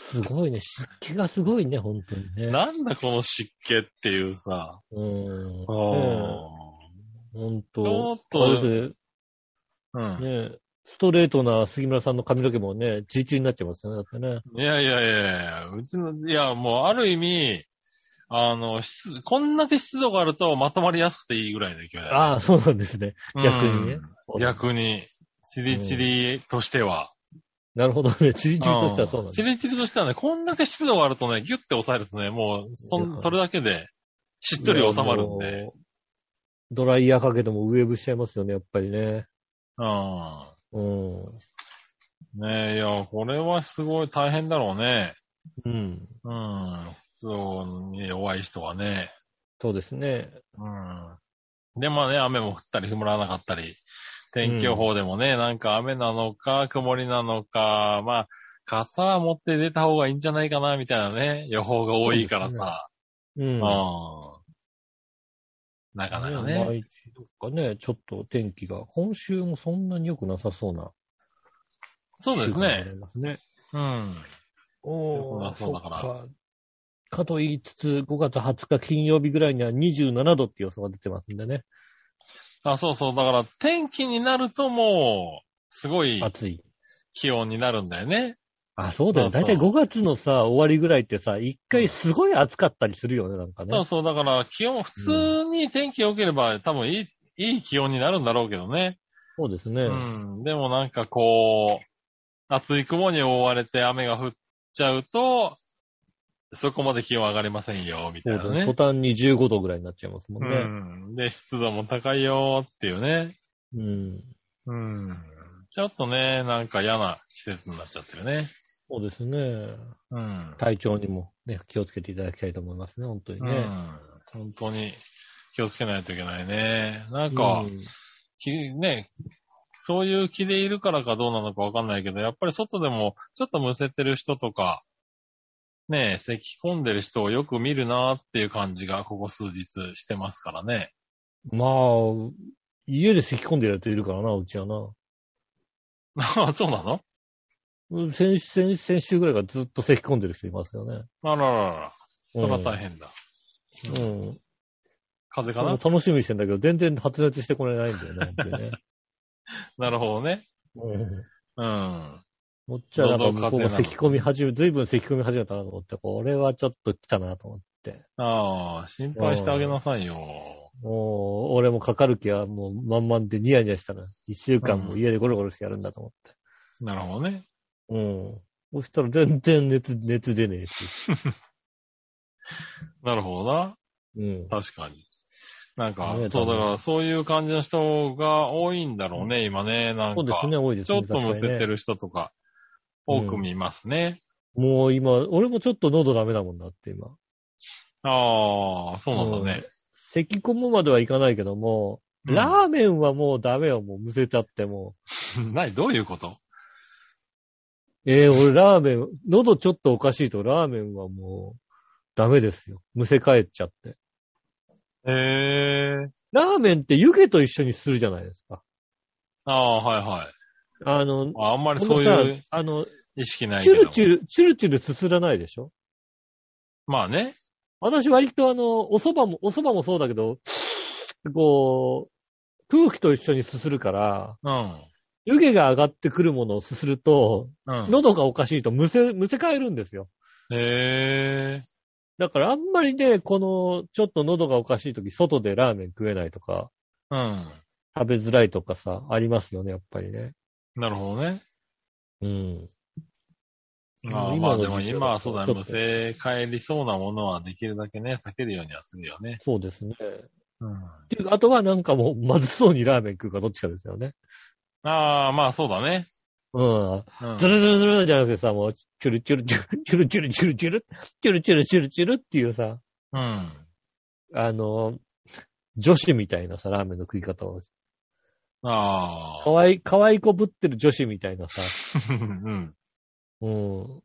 B: すごいね、湿気がすごいね、本当にね。
C: なんだこの湿気っていうさ。
B: うん、ねえ本
C: ちょ
B: 当
C: っと
B: あれです
C: うん。
B: ねねえストレートな杉村さんの髪の毛もね、チリチリになっちゃいますよね、だってね。
C: いやいやいやいや、うちの、いや、もうある意味、あの、湿こんだけ湿度があるとまとまりやすくていいぐらいの勢いだよ、
B: ああ、そうなんですね。
C: うん
B: 逆にね。
C: 逆に、チリチリとしては。
B: なるほどね。 チリチリとしてはそうなん
C: ん
B: です
C: チリチリとしてはね、こんだけ湿度があるとね、ギュッて抑えるとね、もう、そん、それだけで、しっとり収まるん
B: いや。
C: で。
B: もうドライヤーかけてもウェーブしちゃいますよね、やっぱりね。
C: うん。
B: うん。
C: ねえ、いや、これはすごい大変だろうね。
B: うん。
C: うん。湿度に弱い人はね。
B: そうですね。
C: うん。で、まあね、雨も降ったり、降らなかったり、天気予報でもね、なんか雨なのか、曇りなのか、まあ、傘は持って出た方がいいんじゃないかな、みたいなね、予報が多いから
B: そうです
C: さ。
B: うん。
C: うん。なかなか
B: ね
C: ね。
B: 毎日どっかね、ちょっと天気が、今週もそんなに良くなさそうな。
C: そうですね。。
B: ね。
C: うん。
B: お
C: 良く
B: ー
C: なそうだから
B: そっか。かと言いつつ、5月20日金曜日ぐらいには27度って予想が出てますんでね。
C: あ、そうそう。だから、天気になるともう、すごい
B: 暑い。
C: 気温になるんだよね。
B: あ、そうだよ。
C: そ
B: だ
C: う
B: い
C: そう
B: たい5月のさ、終わりぐらいってさ、一回すごい暑かったりするよね、なんか
C: そう
B: ね。
C: そう。だから、気温、普通に天気良ければ、多分いい、いい気温になるんだろうけどね。
B: そうですね。
C: うん。でもなんかこう、暑い雲に覆われて雨が降っちゃうと、そこまで気温上がりませんよ、みた
B: そ
C: いうな
B: だね。
C: ね。
B: 途端に15度ぐらいになっちゃいますもん
C: う
B: ね。
C: ん。で、湿度も高いよっていうね。
B: うん。
C: うん。ちょっとね、なんか嫌な季節になっちゃってるね。
B: そうですね。
C: うん。
B: 体調にもね、気をつけていただきたいと思いますね、本当に
C: う
B: ね。
C: ん。本当に気をつけないといけないね。なんか、
B: うん
C: きね、そういう気でいるからかどうなのかわかんないけど、やっぱり外でもちょっとむせてる人とか、ねえ、咳込んでる人をよく見るなっていう感じがここ数日してますからね。
B: まあ、家で咳き込んでるやついるからな、うちはな。
C: あそうなの
B: うん先先先週ぐらいからずっと咳き込んでる人いますよね。
C: あらららら。それは大
B: 変。
C: 変だ。
B: うん。
C: 風邪かな
B: 楽しみにしてんだけど、全然発熱してこれないんだよね、本 当にね。
C: なるほどね。
B: うん。
C: うん。
B: もっちゃなんか向こうが咳き込み始め、ずいぶん咳き込み始めたなと思って、これはちょっと来たなと思って。
C: ああ、心配してあげなさいよ。
B: もう、俺もかかる気はもう満々でニヤニヤしたな。一週間も家でゴロゴロしてやるんだと思って。
C: なるほどね。
B: うん。そしたら全然熱、熱出ねえし。
C: なるほどな。
B: うん。
C: 確かに。なんか
B: ね、え
C: そう、
B: 多
C: だ
B: 分
C: から、そういう感じの人が多いんだろうね、今ね。なん
B: そうで
C: か、
B: すね、多いです
C: ちょ
B: ね。
C: っとむ
B: 確
C: せ
B: かに
C: て
B: ね
C: る人とか、多く見ますね。
B: もう今、俺もちょっと喉ダメだもんだって今。
C: ああ、そうなんだね。
B: 咳込むまではいかないけども、
C: うん
B: ラーメンはもうダメよ、もうむせちゃっても
C: 何どういうこと
B: う。えー、俺ラーメン、喉ちょっとおかしいとラーメンはもうダメですよ。むせ返っちゃって。
C: へえ。
B: ラーメンって湯気と一緒にするじゃないですか。
C: ああ、はいはい。
B: あの、
C: ああんまり
B: こ
C: そう
B: の
C: い
B: さ
C: う、
B: あの、
C: 意識ない
B: チ
C: け
B: ュ
C: ど
B: ル
C: も。
B: チュル、チュルチュルすすらないでしょ
C: まあね。
B: 私割とあの、お蕎麦も、お蕎麦もそうだけど、こう、空気と一緒にすするから、
C: うん。
B: 湯気が上がってくるものをすすると、
C: うん。
B: 喉がおかしいとむせ、むせ返るんですよ。
C: へえ。
B: だからあんまりね、この、ちょっと喉がおかしいとき、外でラーメン食えないとか、
C: うん。
B: 食べづらいとかさ、ありますよね、やっぱりね。
C: なるほどね。
B: うん。
C: あ
B: 今
C: あ、
B: の
C: まあでも
B: 時期だと
C: 今はそうだ
B: ち
C: ね。
B: ょっと
C: 無性帰りそうなものはできるだけね、避けるようにはするよね。
B: そうですね。
C: うん。
B: っていうか、あとはなんかもう、まずそうにラーメン食うかどっちかですよね。
C: ああ、まあそうだね。
B: うん。
C: うん
B: ズルズルズルじゃなくてさ、もう、チュルチュルチュルチュルチュルチュルチュルチュルチュルチュルチュルっていうさ、
C: うん。
B: あの、女子みたいなさ、ラーメンの食い方を。
C: あ
B: か
C: あ。
B: わい、かわいこぶってる女子みたいなさ、
C: うん。
B: うん。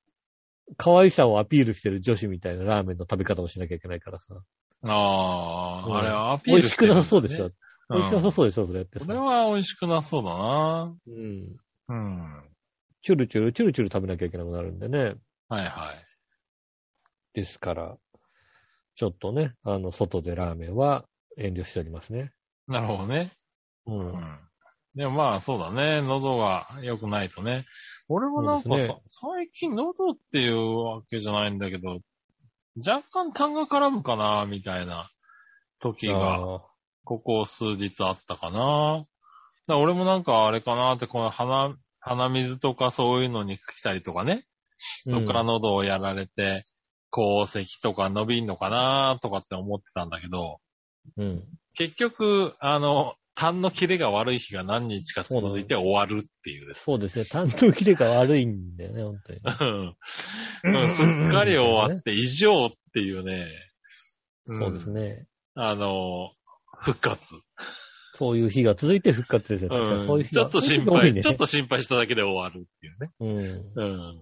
B: 可愛さをアピールしてる女子みたいなラーメンの食べ方をしなきゃいけないからさ。
C: ああ、あれ
B: うん
C: アピー
B: 美
C: ル
B: 味しくなさそうでし
C: すよ
B: ょ。美味しくなさ
C: そ
B: そうでしょ、それって
C: う
B: さ
C: ん。これは美味しくなさそうだな。
B: うん。
C: うん。
B: チュルチュル、チュルチュル食べなきゃいけなくなるんでね。
C: はいはい。
B: ですから、ちょっとね、あの、外でラーメンは遠慮しておりますね。
C: なるほどね。
B: う。
C: うんん。でもまあそうだね。喉が良くないとね。俺もなんか
B: そ
C: さ、
B: うですね
C: 最近喉っていうわけじゃないんだけど、若干痰が絡むかな、みたいな時が
B: あー
C: ここ数日あったかな。だから俺もなんかあれかなって、この鼻、鼻水とかそういうのに来たりとかね、そっから喉をやられて、こう、咳とか伸びんのかなとかって思ってたんだけど、
B: うん。うん
C: 結局、あの、痰の切れが悪い日が何日か続いて終わるっていうです。
B: そうですね。担当切れが悪いんだよね、本当に。
C: うんうんすっかり終わって異常っていうね。ん
B: そうです。ね。
C: あの、復活。
B: そういう日が続いて復活ですよ。確かにそうういう
C: ん
B: 日
C: ち
B: が
C: ょっと心
B: 多い
C: 配、
B: ね
C: ちょっと心配しただけで終わるっていうね。
B: うん。
C: うん。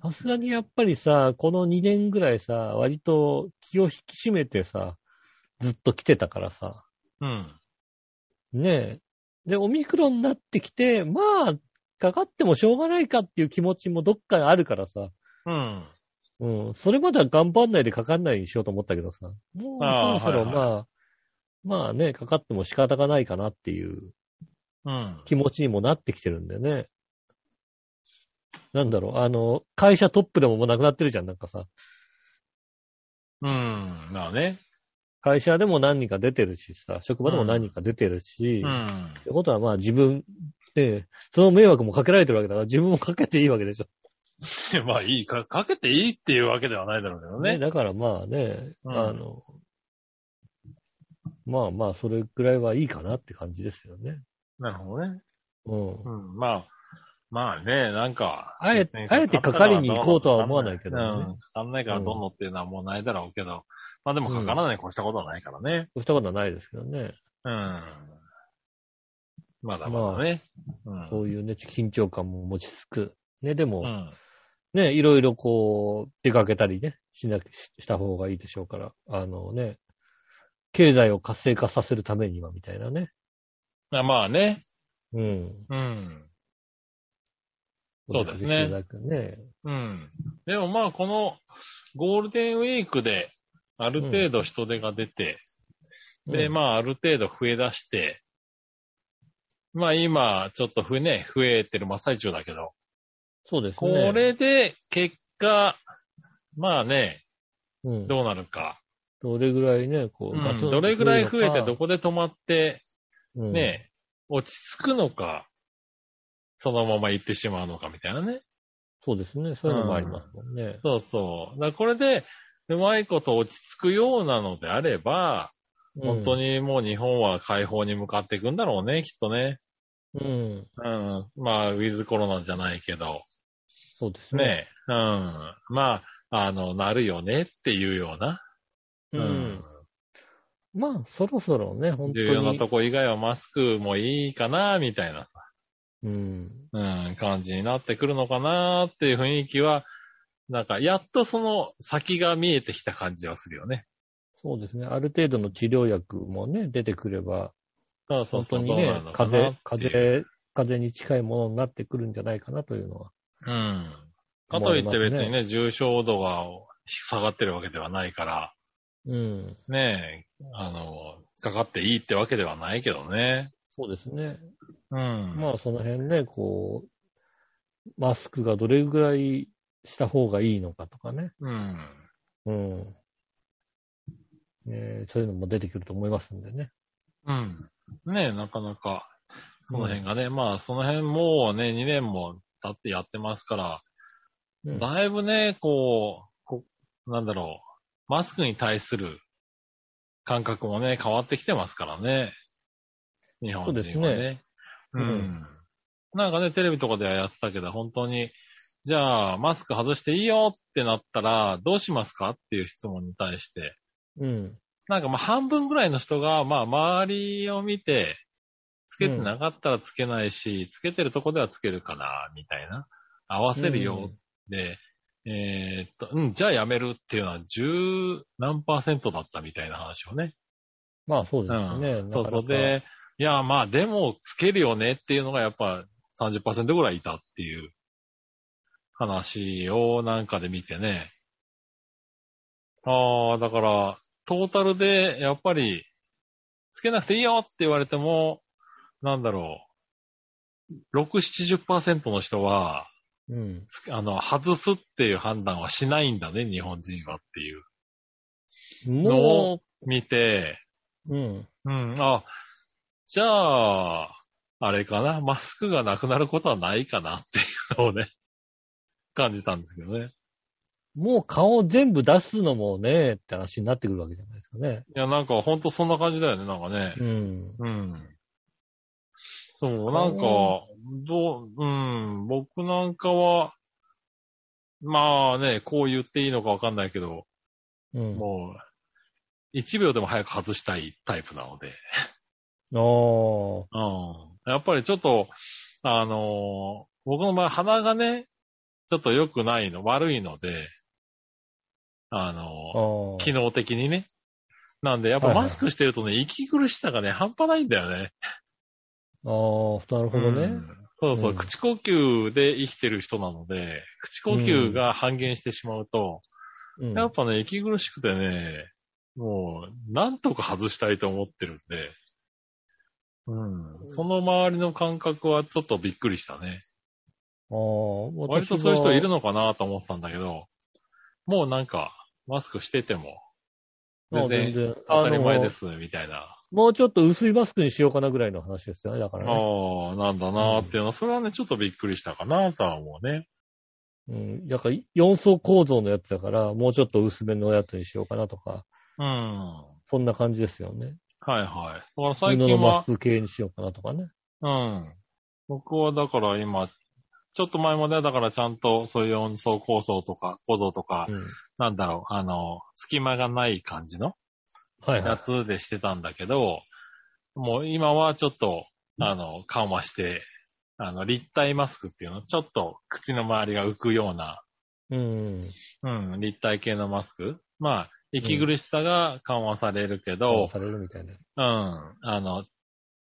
B: さすがにやっぱりさ、この2年ぐらいさ、割と気を引き締めてさ、ずっと来てたからさ、
C: うん。
B: ねえ。で、オミクロンになってきて、まあ、かかってもしょうがないかっていう気持ちもどっかにあるからさ、
C: うん。
B: うん。それまでは頑張んないでかかんないようにしようと思ったけどさ。もうそ
C: あ
B: ろ
C: あ
B: そろ
C: は
B: ま
C: い
B: あ、まあね、かかっても仕方がないかなっていう
C: うん。
B: 気持ちにもなってきてるんだよね。なんだろう、あの、会社トップでももうなくなってるじゃん、なんかさ。
C: うん。まあね。
B: 会社でも何人か出てるしさ、職場でも何人か出てるし、
C: う
B: っ
C: ん。
B: てことはまあ自分で、その迷惑もかけられてるわけだから、自分もかけていいわけでしょ。
C: まあいいか、かけていいっていうわけではないだろうけどね。
B: だからまあね、
C: うん
B: あの、まあまあ、それくらいはいいかなって感じですよね。
C: なるほどね。
B: うん。
C: うん。まあ、まあね、なんか。
B: あえ
C: 別に
B: あえてかかりに行こうとは思わないけどね
C: うん。かかんないからどうのっていうのはもうないだろうけど。まあでもかからないに越したことはないからね。
B: そうしたことはないですけどね。
C: うん。まだまだね。うん。
B: そういうね、緊張感も持ちつく。ね、でも、
C: うん。
B: ね、いろいろこう、出かけたりね、しなき、しした方がいいでしょうから、あのね、経済を活性化させるためには、みたいなね。
C: あまあね。
B: うん。
C: うん。そうですね
B: お出かけしていただくね。
C: うん。でもまあこのゴールデンウィークで、ある程度人手が出て、で、
B: うん
C: まあ、ある程度増え出して、まあ、今、ちょっと増えね、増えてる真っ最中だけど、
B: そうです
C: こ
B: ね。
C: れで、結果、まあね、
B: うん、
C: どうなるか。
B: どれぐらいね、こう、
C: うん
B: ガツンと
C: どれぐらい増えて、
B: のか
C: どこで止まって、
B: うん
C: ね、落ち着くのか、そのまま行ってしまうのかみたいなね。
B: そうですね。そういうのもありますもんね。
C: そうそう。だからこれで、うまいこと落ち着くようなのであれば、本当
B: に。
C: にもう日本は解放に向かっていくんだろうね、きっとね。
B: うん。
C: うん。まあ、ウィズコロナじゃないけど。
B: そうですね。
C: ねえ、うん。まあ、あの、なるよねっていうような、
B: うん。まあ、そろそろね、本当に。
C: 重要なとこ以外はマスクもいいかな、みたいな、
B: うん。
C: うん、感じになってくるのかなっていう雰囲気は、なんか、やっとその先が見えてきた感じはするよね。
B: そうですね。ある程度の治療薬もね、出てくれば、
C: そうそ
B: 本
C: う
B: 当
C: そう
B: にね、風邪、風。邪、風邪に近いものになってくるんじゃないかなというのは。
C: どうなのかなっていううん。かといって別に
B: 思いますね。
C: ね、重症度が下がってるわけではないから、
B: うん。
C: ねえ、あの、かかっていいってわけではないけどね。
B: そうですね。
C: うん。
B: まあ、その辺ね、こう、マスクがどれぐらいした方がいいのかとかね。
C: うん。
B: うん。ねそういうのも出てくると思いますんでね。
C: うん。ねえ、なかなか、その辺がね、まあ、その辺もうね、2年も経ってやってますから、
B: うん
C: だいぶね、こう、こなんだろう、マスクに対する感覚もね、変わってきてますからね。日本人はね。
B: そうですね
C: うん。なんかね、テレビとかではやってたけど、本当に、じゃあ、マスク外していいよってなったら、どうしますかっていう質問に対して、
B: うん。
C: なんかまあ半分ぐらいの人が、まあ周りを見て、つけてなかったらつけないし、つけてるとこではつけるかな、みたいな。合わせるよ、で、えーっと、うん、じゃあやめるっていうのは10何パーセントだったみたいな話をね。
B: まあそうですよね。
C: うん。
B: な
C: そ
B: かな
C: う
B: か
C: そう。で、いや、まあでもつけるよねっていうのがやっぱ30%ぐらいいたっていう話をなんかで見てね。ああ、だから、トータルでやっぱりつけなくていいよって言われても、なんだろう。6、70%の人は、
B: うん。
C: つあの、外すっていう判断はしないんだね、日本人はっていう。
B: も
C: 見て、
B: う、うん。
C: うん、あ、じゃあ、あれかな、マスクがなくなることはないかなっていうのをね、 感じたんですけどね。
B: もう顔を全部出すのもね、って話になってくるわけじゃないですかね。
C: いや、なんかほんとそんな感じだよね、なんかね。
B: うん。
C: うん。そう、なんか、どう、うん、僕なんかは、まあね、こう言っていいのかわかんないけど、
B: うん。
C: もう、1秒でも早く外したいタイプなので。
B: あ
C: うん。やっぱりちょっと、あのー僕の場合鼻がね、ちょっと良くないの、悪いので、あ
B: あ
C: の、
B: ー
C: 機能的にね。なんで、やっぱ
B: はいはい
C: マスクしてるとね、息苦しさがね、半端ないんだよね。
B: あー、なるほど
C: う
B: ね。
C: んそうそう、
B: うん
C: 口呼吸で生きてる人なので、口呼吸が半減してしまうと、
B: うん
C: やっぱね、息苦しくてね、もう、なんとか外したいと思ってるんで、うん、その周りの感覚はちょっとびっくりしたね。
B: あー
C: 割とそういう人いるのかなと思ってたんだけど、もうなんか、マスクしてても、
B: あ
C: 全
B: 全
C: 然
B: 然。
C: 当たり前で
B: あ
C: す、みたいな。
B: のもうちょっと薄いマスクにしようかなぐらいの話ですよね、だからね。
C: ああ、なんだなーっていうのは、それはね、ちょっとびっくりしたかなとは思うね。
B: うん。だから4層構造のやつだから、もうちょっと薄めのやつにしようかなとか、
C: うん。は
B: そんな感じですよね。
C: いはい。だから
B: 布
C: 最近
B: のマ
C: は
B: ス、ク系にしようかなとかね。
C: うん。僕はだから今、ちょっと前まではだからちゃんとそういう音層構造とか、構造とか、
B: うん。
C: なんだろう、あの、隙間がない感じの
B: はいは
C: や
B: い。
C: つでしてたんだけど、もう今はちょっと、あの、緩和して、あの、立体マスクっていうの、ちょっと口の周りが浮くような、
B: うん。
C: うん、立体系のマスク。まあ、息苦しさが緩和されるけど、
B: されるみたいな。
C: うん。あの、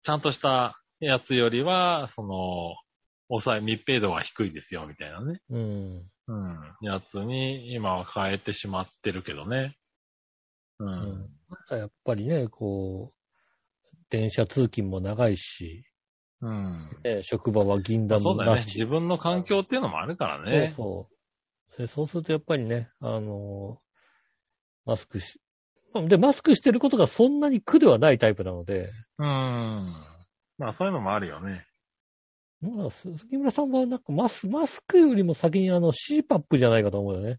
C: ちゃんとしたやつよりは、その、抑え、密閉度は低いですよ、みたいなね。
B: うん。
C: うん。やつに、今は変えてしまってるけどね。うん。
B: うんやっぱりね、こう、電車通勤も長いし、
C: うん。
B: ね職場は銀座
C: そう
B: も
C: だよ
B: な
C: ね。
B: し。
C: 自分の環境っていうのもあるからね。
B: そうそう。でそうするとやっぱりね、あのーマスクし、で、マスクしてることがそんなに苦ではないタイプなので、
C: うん。まあ、そういうのもあるよね。
B: まあ、す杉村さんはなんかマスマスクよりも先にあの CPAP じゃないかと思うよね。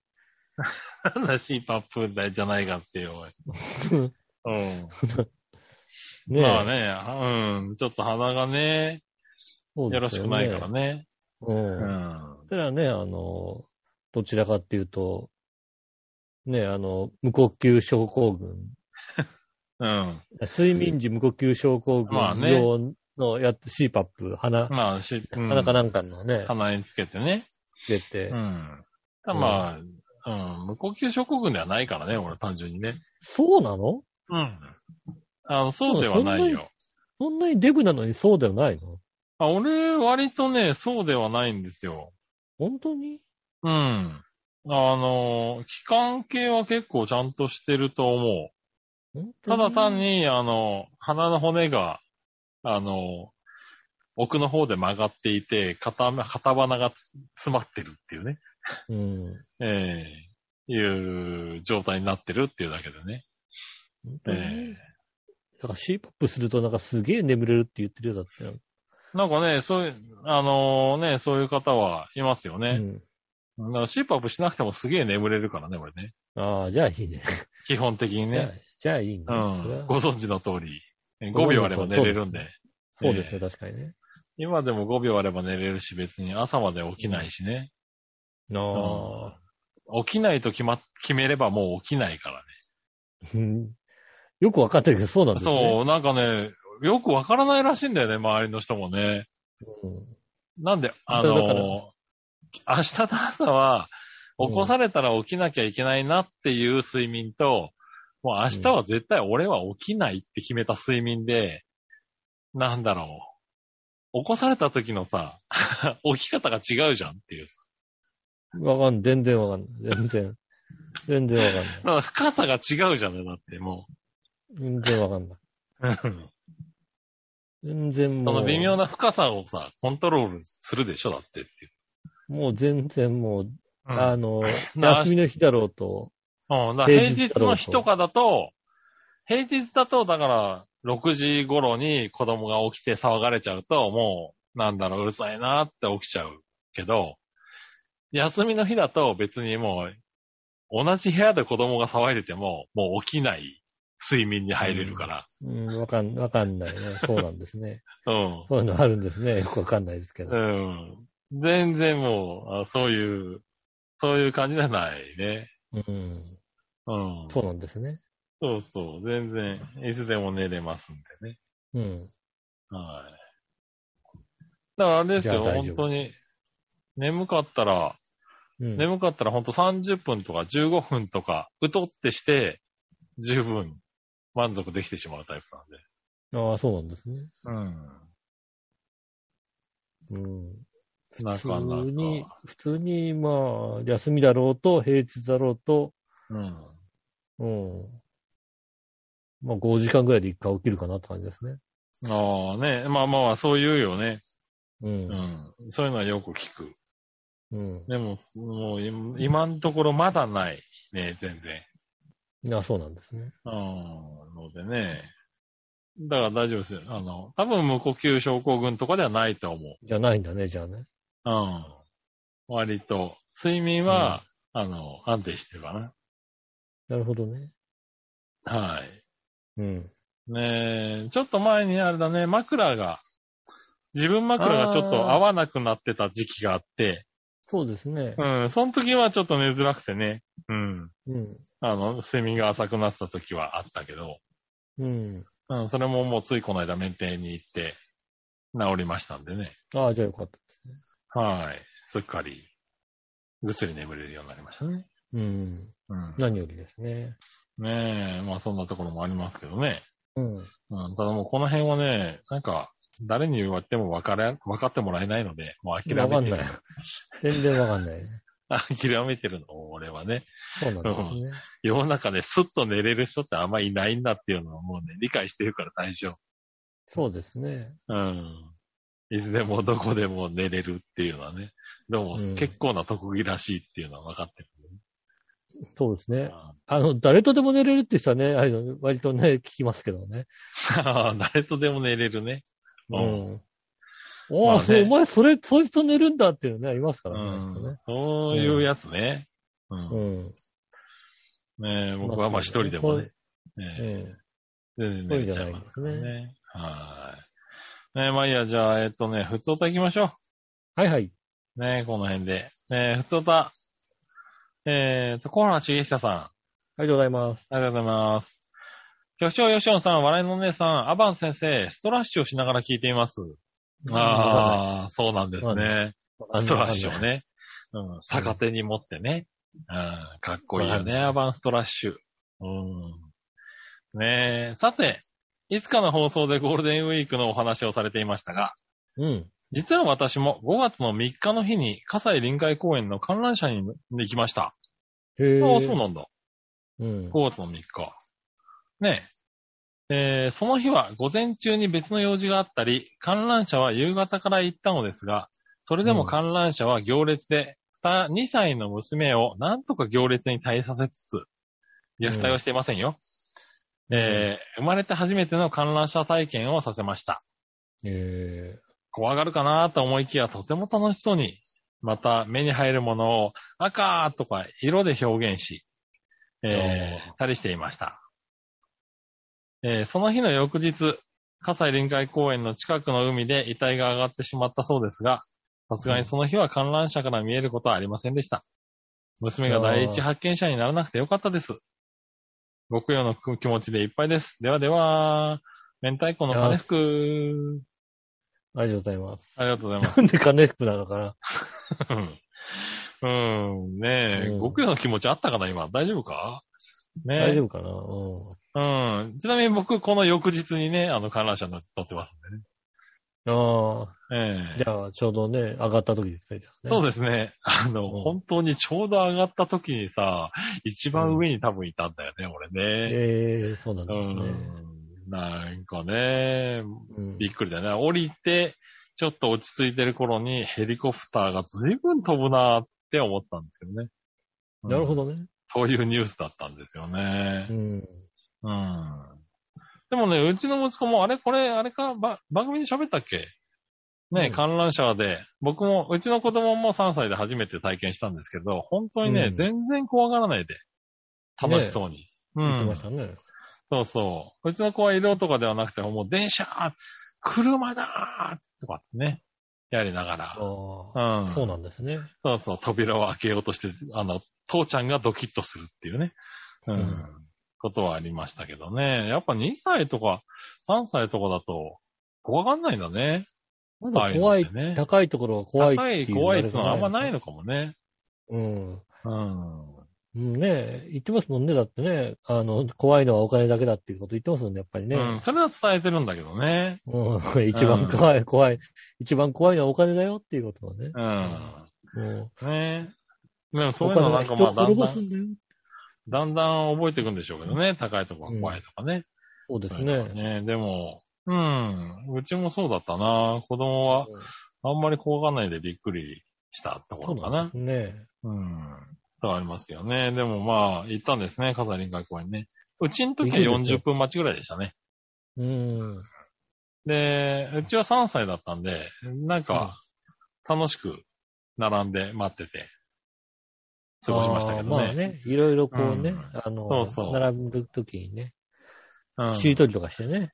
C: なんだ CPAP じゃないかっていう。おい うん。
B: ねえ
C: まあね、うん。ちょっと鼻がね、
B: そう
C: よ
B: で
C: ろ
B: す
C: し
B: よ
C: くないから。ね。
B: うん。
C: うん。
B: それはね、あの、どちらかっていうと、ね、あの、無呼吸症候群、
C: うん。
B: 睡眠時無呼吸症候群
C: まあね
B: 用のやつ、CPAP、鼻、
C: まあ、し、うん
B: 鼻かなんかのね、
C: 鼻につけてね。
B: 出て、
C: うん。ただまあ、うん、無呼吸症候群ではないからね、俺、単純にね。
B: そうなの
C: うん。あの、そうではないよ。
B: そんなにデブなのにそうではないの
C: あ俺、割とね、そうではないんですよ。
B: 本当に
C: うん。あの、期間系は結構ちゃんとしてると思
B: 本
C: う。ただ単
B: に。
C: に、あの、鼻の骨が、あの、奥の方で曲がっていて、片目、片鼻がつ詰まってるっていうね。
B: うん。
C: ええいう状態になってるっていうだけでね。
B: 本当に
C: え
B: だから CPAP するとなんかすげえ眠れるって言ってるようだったよ。
C: えなんかね、そういう、あのね、そういう方はいますよね。
B: うん。
C: だから CPAP しなくてもすげえ眠れるからね、これね。
B: ああ、じゃあいいね。
C: 基本的に
B: じゃあ
C: ね。
B: じゃあいいね。
C: う
B: それ
C: ん
B: は。
C: ご存知の通り、え
B: ご存
C: 5
B: 知の通り
C: 秒あれば寝れるんで。
B: そうですね、確かにね。
C: 今でも5秒あれば寝れるし、別に朝まで起きないしね。
B: ああ。
C: 起きないと決ま、決めればもう起きないからね。
B: うんよくわかってるけど、そうなんですね。
C: そう、なんかね、よくわからないらしいんだよね、周りの人もね。
B: そう。
C: なん で、あ
B: だ
C: のー
B: から
C: 明日の朝は、起こされたら起きなきゃいけないなっていう睡眠と、もう明日は絶対俺は起きないって決めた睡眠で、なんだろう。起こされた時のさ、 起き方が違うじゃんっていう。
B: わかんない。全然わかんない。全然。全然わかんない。
C: だから深さが違うじゃんね、だっても
B: 全然わかんない。
C: う。
B: 全然
C: そ
B: も
C: の
B: う。
C: 微妙な深さをさ、コントロールするでしょ、だってっていう。
B: もう全然もう、
C: うん
B: あの、
C: な
B: 休みの日だろうと。
C: うん、だから
B: 平
C: 平
B: 日
C: 日の日とかだと、平日だと、だから、6時頃に子供が起きて騒がれちゃうと、もう、なんだろう、うるさいなって起きちゃうけど、休みの日だと別にもう、同じ部屋で子供が騒いでても、もう起きない睡眠に入れるから。
B: うん、わかん、わかんないね。そうなんですね。
C: うん。
B: そういうのあるんですね。よくわかんないですけ
C: う
B: ど。
C: ん。全然もうあ、そういう、そういう感じじゃないね。
B: うん。
C: うん。
B: そうなんですね。
C: そうそう。全然、いつでも寝れますんでね。
B: うん。
C: はい。だからあれですよ、
B: じゃあ大丈
C: 本
B: 夫
C: 当に。眠かったら、
B: うん。
C: 眠かったらほんと30分とか15分とか、うとってして、十分満足できてしまうタイプなんで。
B: ああ、そうなんですね。
C: う
B: うん。
C: ん。な
B: 普通
C: かな
B: に
C: か。、
B: 普通に、まあ、休みだろうと、平日だろうと、
C: うん。
B: うん。まあ、5時間ぐらいで一回起きるかなって感じですね。
C: ああね。まあまあ、そう言うよね。
B: う。
C: うんん。そういうのはよく聞く。
B: う
C: でも、もう今今のところまだない。ね、全然。
B: ん。あそうなんですね。
C: うん。のでね。だから大丈夫ですよ。あの、多分無呼吸症候群とかではないと思う。
B: じゃないんだね、じゃあね。
C: うん。割と、睡眠は、あの、安定してるかな。
B: なるほどね。
C: はい。
B: うん。
C: ねえ、ちょっと前にあれだね、枕が、自分枕がちょっと合わなくなってた時期があって、
B: そうですね。
C: うん、その時はちょっと寝づらくてね、うん、
B: うん。
C: あの、睡眠が浅くなってた時はあったけど、
B: うん。
C: うん、それももうついこの間免停に行って、治りましたんでね、
B: ああ、じゃあよかったですね。
C: はい、すっかり、ぐっすり眠れるようになりましたね。
B: うん。
C: うん。
B: 何よりですね。
C: ねえ、まあそんなところもありますけどね。
B: うん。
C: うん、ただもうこの辺はね、なんか、誰に言われても分から、分かってもらえないので、もう諦
B: わか
C: め
B: ん
C: てる
B: ない。。全然わかんないね。
C: 諦めてるの、俺はね。
B: そうなんですね。
C: 世の中でスッと寝れる人ってあんまいないんだっていうのはもうね、理解してるから大丈
B: そうですね。
C: 夫。うん。いつでもどこでも寝れるっていうのはね、でも
B: うん
C: 結構な特技らしいっていうのは分かってる、
B: そうです ね。
C: あ
B: あの、誰とでも寝れるって人はね、あの割とね、聞きますけどね。
C: ー誰とでも寝れるね。
B: う。
C: うんま
B: お
C: あ
B: あ、
C: ね
B: そう、お前、それ、そいつと寝るんだっていうのね、ありますか
C: う
B: らね
C: ん。。そういうやつね。うん。
B: うん。
C: ねえ僕はまあ一人でもね。ねえ
B: え
C: 全
B: そうい
C: 然
B: うん
C: 寝
B: じ
C: ち
B: ゃ
C: ゃ
B: ないい
C: ま
B: ですす
C: から
B: ね
C: ね。はーい。ねえ、まあいいや、じゃあ、えっとね、ふつおた行きましょ
B: えはいはい。
C: う。ねえ、この辺で。ねえ、ふつおた。えーと、コーラ茂久さん。
B: ありがとうございます。
C: ありがとうございます。局長、吉野さん、笑いのお姉さん、アバン先生、ストラッシュをしながら聞いています。ああ、そうなんですね。
B: あ
C: ストラッシュを。ね。うん、逆手に持ってね。うん、かっこいいよね、アバンストラッシュ。うん。ねえ、さて、いつかの放送でゴールデンウィークのお話をされていましたが、
B: うん。
C: 実は私も5月の3日の日に、葛西臨海公園の観覧車に行きました。
B: へえ。
C: ああ、そうなんだ。
B: うん。
C: 5月の3日。ねえ。えーその日は午前中に別の用事があったり、観覧車は夕方から行ったのですが、それでも観覧車は行列で、二2歳の娘をなんとか行列に耐えさせつつ、虐待はしていませんよ。えー生まれて初めての観覧車体験をさせました。
B: へ
C: 怖がるかなと思いきや、とても楽しそうに、また目に入るものを赤とか色で表現し、えー、たりしていました。えーその日の翌日、葛西臨海公園の近くの海で遺体が上がってしまったそうですが、さすがにその日は観覧車から見えることはありませんでした。娘が第一発見者にならなくてよかったです。ご供養の気持ちでいっぱいです。ではでは、明太子の金服。
B: え。ありがとうございます。
C: ありがとうございます。
B: なんでカネスプなのかな
C: うん。うんねえ、
B: うん
C: ご供養の気持ちあったかな、今。大丈夫かねえ。
B: 大丈夫かなうん。
C: うん。ちなみに僕、この翌日にね、あの、観覧車に乗ってますん
B: あ
C: でね。
B: あ、
C: え
B: じ
C: え
B: ゃあ、ちょうどね、上がった時ですね。じゃあね
C: そうですね。あの、
B: うん
C: 本当にちょうど上がった時にさ、一番上に多分いたんだよね、俺ね。
B: ええ、そうなん
C: う
B: ですね。
C: ん。なんかね、
B: うん
C: びっくりだよね。降りて、ちょっと落ち着いてる頃にヘリコプターが随分飛ぶなって思ったんですけどね。うん
B: なるほ。どね。
C: そういうニュースだったんですよね
B: う。ん。
C: うん。でもね、うちの息子も、あれこれ、あれか、ば番組に喋ったっけね、
B: うん
C: 観覧車で、僕も、うちの子供も3歳で初めて体験したんですけど、本当にね、
B: うん
C: 全然怖がらないで、楽しそうに。う
B: 言ってま
C: ん
B: し。たね。
C: そうそう。うちの子は色とかではなくて、もう電車車だーとかってね、やりなが
B: あ
C: ら。う
B: あ、
C: ん。
B: そうなんですね。
C: そうそう、扉を開けようとして、あの、父ちゃんがドキッとするっていうね、うん、
B: うん
C: ことはありましたけどね。やっぱ2歳とか3歳とかだと、怖がんないんだね。
B: まだ怖い
C: 高いのでね、
B: 高いところが怖い
C: 高い、
B: っていう
C: 怖いっていうのはあんま
B: あれ
C: な
B: が
C: いのかもね。
B: うん。
C: うん。
B: うんね言ってますもんね。だってね、あの、怖いのはお金だけだっていうこと言ってますもんね、やっぱりね。
C: うん。それは伝えてるんだけどね。
B: うん、 一番怖い、怖い。一番怖いのはお金だよっていうことはね。
C: うん。
B: うん、
C: ねでもそ
B: お
C: ういうの
B: 金
C: な
B: は
C: んか
B: 人
C: ま
B: を
C: あだ
B: 滅
C: ん
B: ぼ
C: だ
B: す
C: ん、
B: んだよ。
C: だんだん覚えていくんでしょうけどね。高いとこが怖いとかね。
B: そうです
C: そういうの
B: ね。
C: はね。でも、うん。うちもそうだったな。子供はあんまり怖がらないでびっくりしたとこ
B: そう
C: ろか
B: なん
C: な
B: で。すね。
C: うん。とかありますけどね。でもまあ、行ったんですね。笠林会公園ね。うちの時は
B: 行くんですよ
C: 40分待ちぐらいでしたね。
B: うん。
C: で、うちは3歳だったんで、なんか、楽しく並んで待ってて、過ごしましたけどね。
B: あーまあね、いろいろこうね、
C: うん
B: あの、
C: そうそう
B: 並ぶときにね、
C: うん
B: しりとりとかしてね。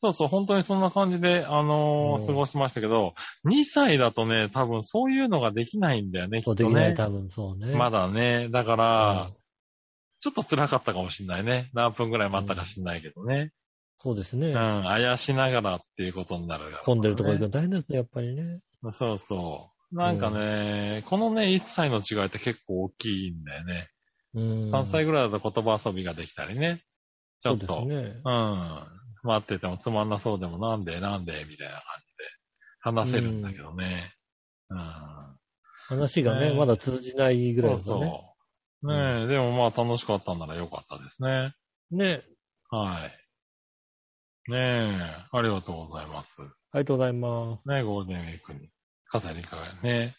C: そうそう、本当にそんな感じで、あのー
B: うん
C: 過ごしましたけど、2歳だとね、多分そういうのができないんだよね、き
B: そう
C: っ
B: で
C: と
B: きない、
C: ね。
B: 多分そうね。
C: ま
B: だ、
C: だね。だから、ちょっと辛かったかもしんないね。何分ぐらい待ったか知んないけどね。
B: そうです
C: う
B: ね
C: ん、。怪しながらっていうことになる、
B: 混んでるとこ行くの大変ですね、やっぱりね。
C: そうそう。なんかね、このね、1歳の違いって結構大きいんだよね。
B: うん。
C: 3歳ぐらいだと言葉遊びができたりね。ちょっと、
B: そうですね。
C: うん。待っててもつまんなそうでもなんでなんでみたいな感じで話せるんだけどね。うん。
B: 話がね、
C: ね
B: まだ通じないぐらいです
C: そう
B: ね。
C: そう。ねえ、でもまあ楽しかったんなら良かったですね。
B: ね。
C: はい。ねえ、ありがとうございます。
B: ありがとうございます。
C: ねゴールデンウィークに、笠にかがね、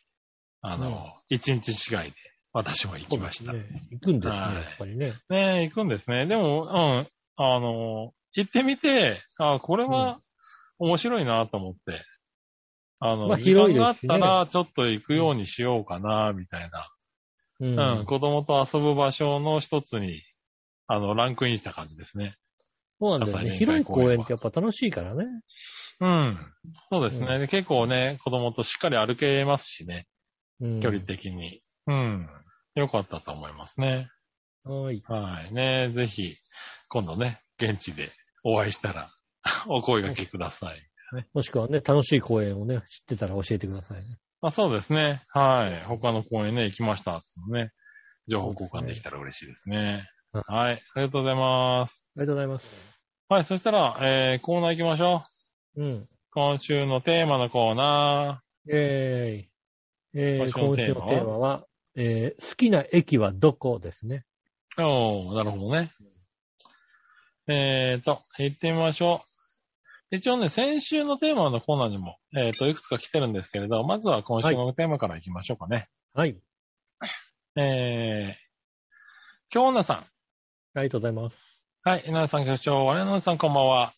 C: あ
B: うん
C: の、一、日違いで私も行きました。
B: そう
C: ね
B: ですね行くんですね、
C: はい
B: やっぱりね。
C: え、行くんですね。でも、うん、あの、行ってみて、あこれは面白いなと思って、あの、
B: まあ
C: 時間
B: 広い
C: が
B: で
C: あっ
B: すしたね
C: らちょっと行くようにしようかな、みたいな。
B: う
C: うん、
B: ん。
C: 子供と遊ぶ場所の一つに、あの、ランクインした感じですね。
B: そうなんだよね。
C: 葛西臨
B: 広
C: 海
B: い
C: 公園は
B: 公園ってやっぱ楽しいからね。
C: うん。そうですね。で結構ね、子供としっかり歩けますしね、
B: うん。
C: 距離的に。うん。良かったと思いますね。
B: はい。
C: はい。ね、ぜひ、今度ね、現地でお会いしたら、 お声掛けください。
B: もしくはね、楽しい公園をね、知ってたら教えてくださいね。
C: あそうですね。はい。他の公園ね、行きました。ね。情報交換できたら嬉しいですね。
B: うん
C: はい。ありがとうございます。
B: ありがとうございます。
C: はい。そしたら、えー、コーナー行きましょう。
B: うん。
C: 今週のテーマのコーナ
B: えー、えー、
C: 今
B: 今
C: 週
B: 週
C: のテーマ
B: の
C: は
B: テーマは、えー、好きな駅はどこですね。
C: ー。おー、なるほどね。えーと、行ってみましょう。一応ね、先週のテーマのコーナーにも、えーと、いくつか来てるんですけれど、まずは今週のテーマから行きましょうかね。
B: はい。
C: えー、京奈さ
B: ありがとうございます。
C: ん。はい、稲田さん局長、我々のさんこんばんは。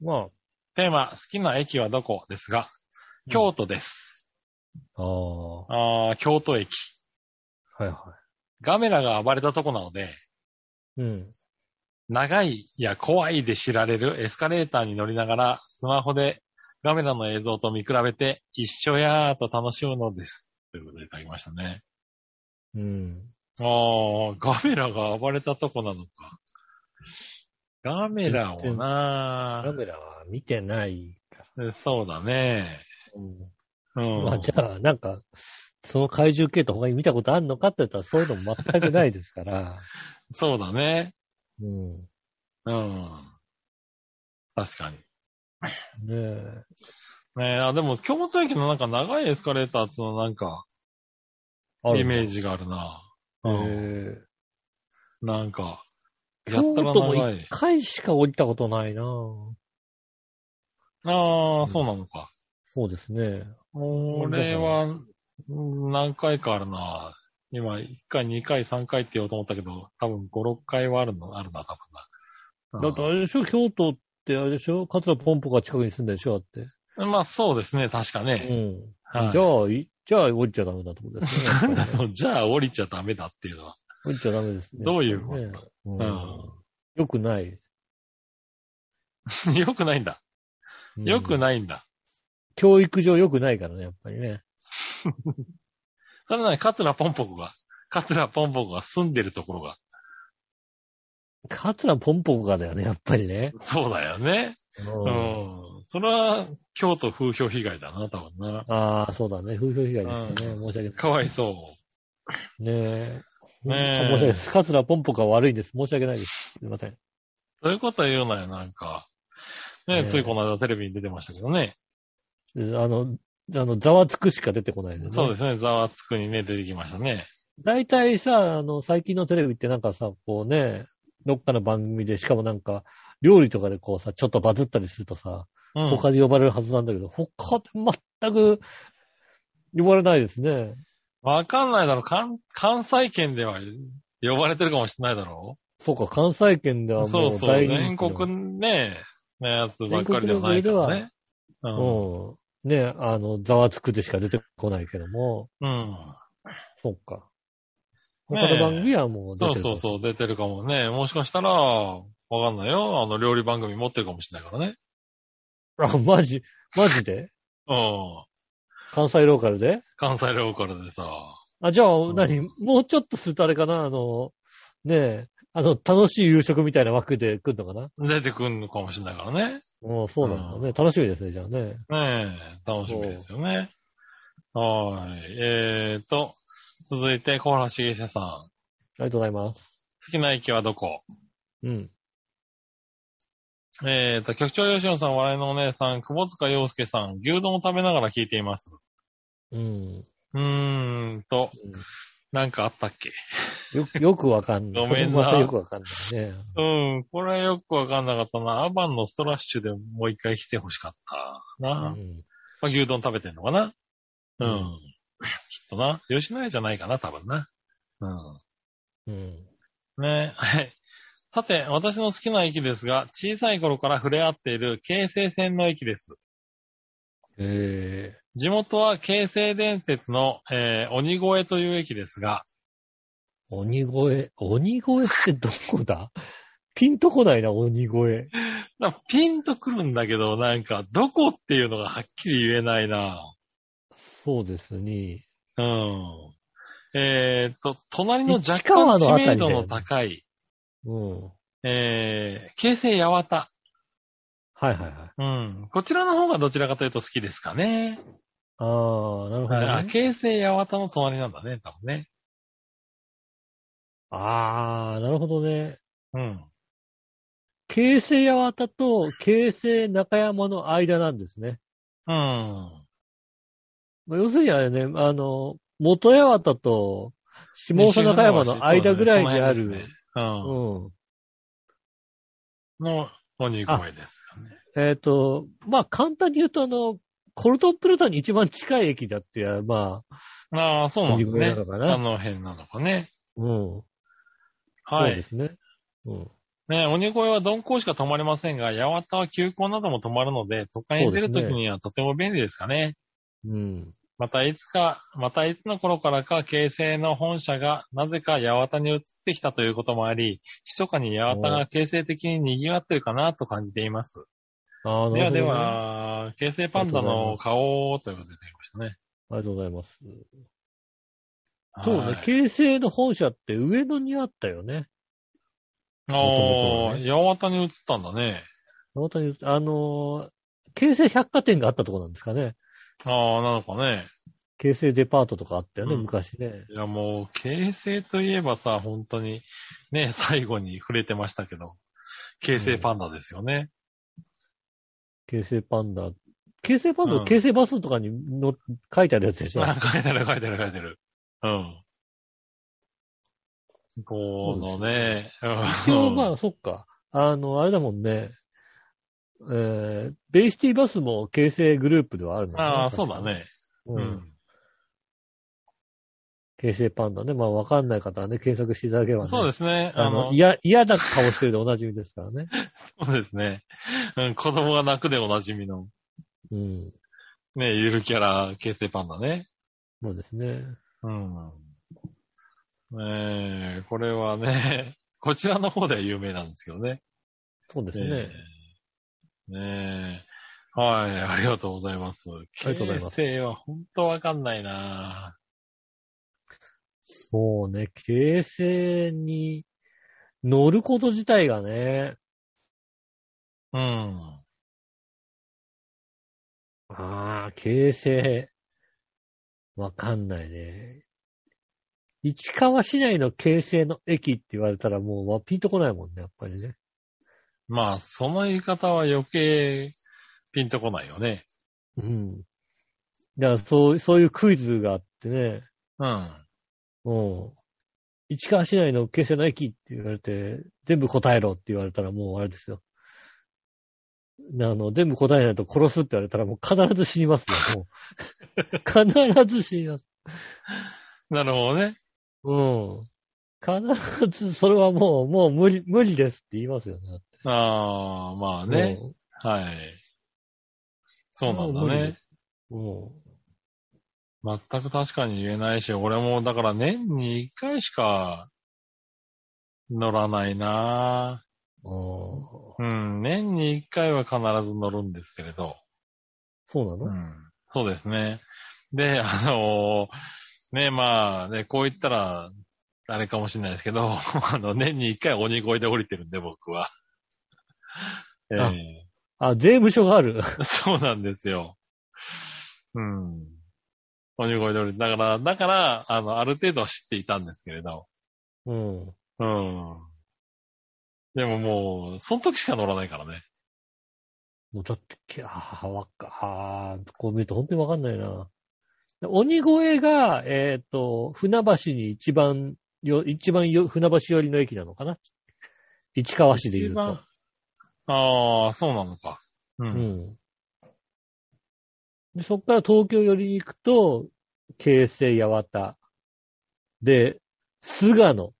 B: ま
C: テーマ、好きな駅はどこですが、
B: うん
C: 京都です。
B: あ、ああ、は
C: あー京都駅。
B: いは
C: ガメラが暴れたとこなので、
B: い。うん。
C: 長いや怖いで知られるエスカレーターに乗りながら、スマホでガメラの映像と見比べて、一緒やーと楽しむのです。ということでいただきましたね。
B: うん。
C: ああ、ガメラが暴れたとこなのか。ガメラを
B: カ
C: な
B: メラは見てないから。
C: ーそうだね。
B: う
C: うん。
B: ん。まあじゃあ、なんか、その怪獣系と他に見たことあんのかって言ったらそういうのも全くないです から。
C: そうだね。
B: うん。ね
C: うん。確かに。
B: え。
C: ねえ、あ、でも京都駅のなんか長いエスカレーターっていうのはなんか、
B: ある
C: イメー。ジがあるな。
B: え
C: う
B: ー、
C: ん。なんか、や
B: 京
C: ったら
B: 都も
C: 長
B: 一
C: い。
B: 回しか降りたことないな
C: あ
B: う
C: あ、
B: ん
C: そうなのか。
B: そうですね。
C: これは、うん何回かあるな。今、1回、2回、3回って言おうと思ったけど、多分5、6回はあるの、あるな、多分
B: だ
C: な。
B: ってあれでしょ京都ってあれでしょ桂ポンポが近くに住んでるでしょだって。
C: うんまあ、そうですね、確か
B: う
C: ね。
B: ん。
C: はい
B: じゃあ、いじゃあ降りちゃダメだってこと ですね。
C: なんだろう、じゃあ降りちゃダメだっていうのは。
B: 降りちゃダメですね。
C: どういうこと
B: ねうん
C: うん
B: よくない。
C: よくないんだ。よく
B: い。
C: ないんだ。
B: 教育上よくないからね、やっぱりね。
C: それなら、カツラポンポコが、カツラポンポコが住んでるところが。
B: 桂ポンポコがだよね、やっぱりね。
C: そうだよね。う
B: うん
C: ん。それは、京都風評被害だな、多分な。
B: ああ、そうだね。風評被害でしたね。申し訳ない。
C: かわいそう。
B: ねえ。
C: ね
B: 申
C: え
B: し訳ないです。カツラポンポが悪いです。申し訳ないです。すいません。
C: そういうこと言うなよ、なんか。ね
B: ね
C: ついこの間テレビに出てましたけどね。
B: であの、あの、ざわつくしか出てこないんでね。。
C: そうですすね、ざわつくにね、出てきましたね。
B: 大体さ、あの、最近のテレビってなんかさ、こうね、どっかの番組で、しかもなんか、料理とかでこうさ、ちょっとバズったりするとさ、
C: うん。
B: 他で呼ばれるはずなんだけど、他で全く呼ばれないですね。
C: わかんないだろ。関、関西圏では呼ばれてるかもしれないだろ
B: そうか、関西圏では
C: そ
B: も
C: う
B: う
C: そう。
B: 大人気
C: 全
B: の
C: 国ね、ね、やつばっかりではないからね。うん。
B: うん。ね、あの、ざわつくでしか出てこないけども、
C: うん。
B: そうか。
C: ね
B: 他の番組はもう出て
C: そう
B: る
C: そうそう、出てるかもね。もしかしたら、わかんないよ。あの、料理番組持ってるかもしれないからね。
B: あ、マジ、マジ で
C: うん。
B: 関西ローカルで
C: 関西ローカルでさ。
B: あ、じゃあ、
C: ん
B: 何もうちょっとするとあれかなあの、ねえ、あの、楽しい夕食みたいな枠で来るのかな
C: 出てくんのかもしれないからね。
B: もうそうなんだ
C: う
B: ね。楽しみですね、じゃあね。
C: ねえ、楽しみですよね。はーい。えーと、続いて、小原茂久さん。好
B: ありがとうございます。
C: きな駅はどこ
B: うん。
C: えーと、局長吉野さん、笑いのお姉さん、窪塚洋介さん、牛丼を食べながら聞いています。
B: うん。
C: うーんと、なんかあったっけ
B: よく、よくわかんない。
C: ごめんな
B: またよくわかんないね。
C: うん、これはよくわかんなかったな。アバンのストラッシュでもう一回来てほしかった
B: う
C: な。
B: ん。
C: まあ、牛丼食べてんのかなうん。
B: うん
C: きっとな。吉野家じゃないかな、多分な。うん。
B: うん。
C: ねはい。さて、私の好きな駅ですが、小さい頃から触れ合っている京成線の駅です。
B: え
C: 地元は京成電鉄の、えー鬼越という駅ですが、
B: ー、鬼越。鬼越ってどこだピンとこないな、鬼越。
C: なんかピンとくるんだけど、なんか、どこっていうのがはっきり言えないな
B: そうですね。
C: うん。えーっと、隣の若
B: 市川
C: 干知
B: のあた
C: 名
B: りだよ
C: 度
B: ね
C: の高い、
B: うん。
C: えー、京成八幡。
B: はいはいはい。
C: うん。こちらの方がどちらかというと好きですかね。
B: あー、なるほど、ね。
C: あ、京成八幡の隣なんだね、多分ね。
B: あー、なるほどね。
C: うん。
B: 京成八幡と京成中山の間なんですね。
C: うん。
B: まあ、要するにあれね、あの、元八幡と下総中山の間ぐらいにあ
C: そう
B: る、
C: ですねう
B: う
C: ん。
B: ん。
C: の鬼越ですよね。
B: えっ、と、まあ、簡単に言うと、あの、コルトンプルタンに一番近い駅だっていう、まあ、
C: ああ、そうなんです
B: 鬼
C: ね
B: 越なのか。な
C: あの辺なのかね。
B: うん。
C: は
B: そうで
C: い。
B: すね。うん。
C: ね鬼越は鈍行しか泊まりませんが、八幡は急行なども泊まるので、都会に出るときにはとても便利ですかね。
B: うん。
C: またいつか、またいつの頃からか、京成の本社がなぜか八幡に移ってきたということもあり、密かに八幡が京成的に賑わってるかなと感じています。
B: ああ、
C: で
B: なるほ
C: は
B: ど、
C: で。は、京成パンダの顔をということで出てきましたね。
B: ありがとうございます。そう
C: は
B: ね
C: い、
B: 京成の本社って上野にあったよね。
C: ああ、八幡に移ったんだね。
B: 本当に、あのー、京成百貨店があったとこなんですかね。
C: ああ、なのかね。
B: 京成デパートとかあったよね、
C: うん
B: 昔ね。
C: いや、もう、京成といえばさ、本当に、ね、 最後に触れてましたけど、京成パンダですよね。
B: 京成パンダ。京成パンダ、
C: うん
B: 京成バスとかにの書いてあるやつでしょ。
C: あ、書いてある書いてある書いてある。うん。このね、
B: 一応まあ、そっか。あの、あれだもんね。えー、ベイシティバスも京成グループではあるの
C: うん
B: かな
C: ああ、そうだ。ね。
B: う。
C: うんん。
B: 京成パンダね。まあ、わかんない方はね、検索していただければね。。
C: そうですすね。あ
B: あの、
C: の、
B: 嫌、嫌な顔してるでおなじみですからね。
C: そうですね。うん、子供が泣くでおなじみの、
B: うん。
C: ね、ゆるキャラ、形成パンダね。
B: そうですね。
C: うん。ねえこれはね、 こちらの方では有名なんですけどね。
B: そうですね。
C: ええねえ。はい、ありがとうございます。
B: ありがとうございます
C: 形成は本当わかんないなぁ。
B: そうね、京成に乗ること自体がね、
C: うん。
B: ああ、京成、わかんないね。市川市内の京成の駅って言われたらもう、まあ、ピンとこないもんね、やっぱりね。
C: まあ、その言い方は余計ピンとこないよね。
B: うん。だから、そう、そういうクイズがあってね、
C: うん。
B: うん。市川市内の京成の駅って言われて、全部答えろって言われたらもうあれですよ。あの、全部答えないと殺すって言われたらもう必ず死にますよ、もう。必ず死にます。
C: なるほどね。
B: うん。必ず、それはもう、もう無理、無理ですって言いますよね。
C: ああ、まあね。はい。そうなん
B: も
C: だ
B: う無理で
C: ね。
B: うん。
C: 全く確かに言えないし、俺もだから年に1回しか乗らないな
B: うん。ああ。
C: うん、年に1回は必ず乗るんですけれど。
B: そうなの、
C: うん、そうですね。で、あのーね、まあ、ね、こう言ったら、あれかもしれないですけど、 あの、年に1回鬼越で降りてるんで、僕は。え
B: あ
C: え
B: あ、税務署がある。
C: そうなんですよ。うん。鬼越で降りて、だから、だから、あの、ある程度は知っていたんですけれど。
B: うん。
C: うん。でももう、その時しか乗らないからね。
B: もうだって、きゃあ、わっか、あーこう見ると本当にわかんないな。鬼越が、えっ、と、船橋に一番よ、一番よ船橋寄りの駅なのかな市川市で言うと
C: 一番。ああ、そうなのか。う。
B: うんん。で、そこから東京寄りに行くと、京成八幡。で、菅野。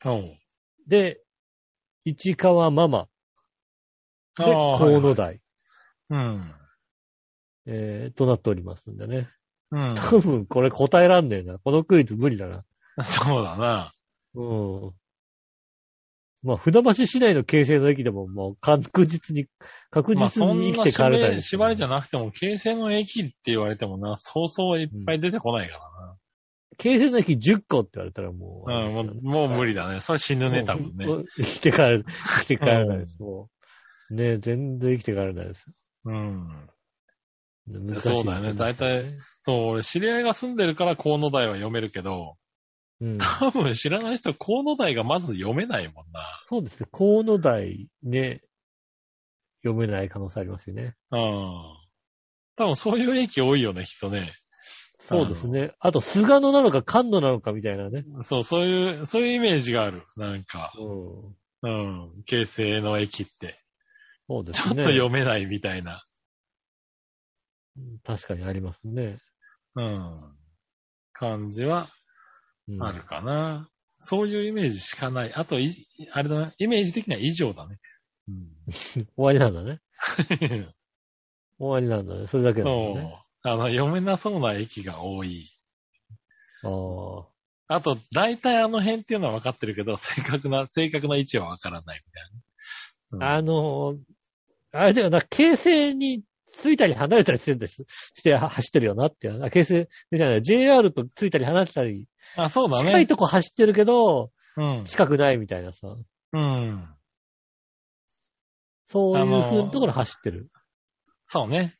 C: そう。
B: で、市川ママ。で、
C: ああ
B: 河野台、
C: うん。
B: えーとなっておりますんでね。
C: うん。
B: 多分これ答えらんねえな。このクイズ無理だな。
C: そう だな。
B: うん。まあ、船橋市内の京成の駅でも、もう確実に、確
C: まあ、
B: 実
C: そん
B: に
C: な
B: 生きて
C: 縛
B: 帰れたり、
C: り縛りじゃなくても、京成の駅って言われてもな、そうそういっぱい出てこないか
B: 京成の駅10個って言われたらもう、
C: らな。うん、もう、もう無理だね。それ死ぬね、多分ね。
B: もう。生きて帰れ、生きて帰れないです。もう。ね全然生きて帰れないです。
C: うん。
B: 難しいです
C: そうだよね。大。体、そう、俺知り合いが住んでるから、河野台は読めるけど、
B: うん。
C: 多分知らない人、河野台がまず読めないもんな。
B: そうですね。河野台ね、読めない可能性ありますよね。
C: うん。多分そういう駅多いよね、きっとね。
B: そうですね。あと、菅野なのか菅野なのかみたいなね。
C: そう、そういう、そういうイメージがある。なんか、
B: うん。
C: うん。京成の駅って。
B: そうで
C: ち
B: す
C: ょっと
B: ね。
C: 読めないみたいな。
B: 確かにありますね。
C: うん。感じは
B: うん
C: あるかな。そういうイメージしかない。あと、いあれだな、イメージ的には以上だね。
B: 終わりなんだね。
C: うん。
B: 終わりなんだね。それだけなん
C: そ
B: だ
C: う
B: ね。。
C: あの、読めなそうな駅が多い。
B: ああ。
C: あと、大体あの辺っていうのは分かってるけど、 正確な、正確な位置は分からないみたいな。
B: あのーあれだよな、京成についたり離れたりしてるんです。しては走ってるよなっていう。あ京成、じゃない、JR とついたり離れたり、
C: あ、あそうだ
B: 近い
C: ね。
B: とこ走ってるけど、
C: うん。
B: 近くないみたいなさ。
C: うん。
B: そうい
C: あ
B: う
C: のー
B: 風のところ走ってる。
C: そうね。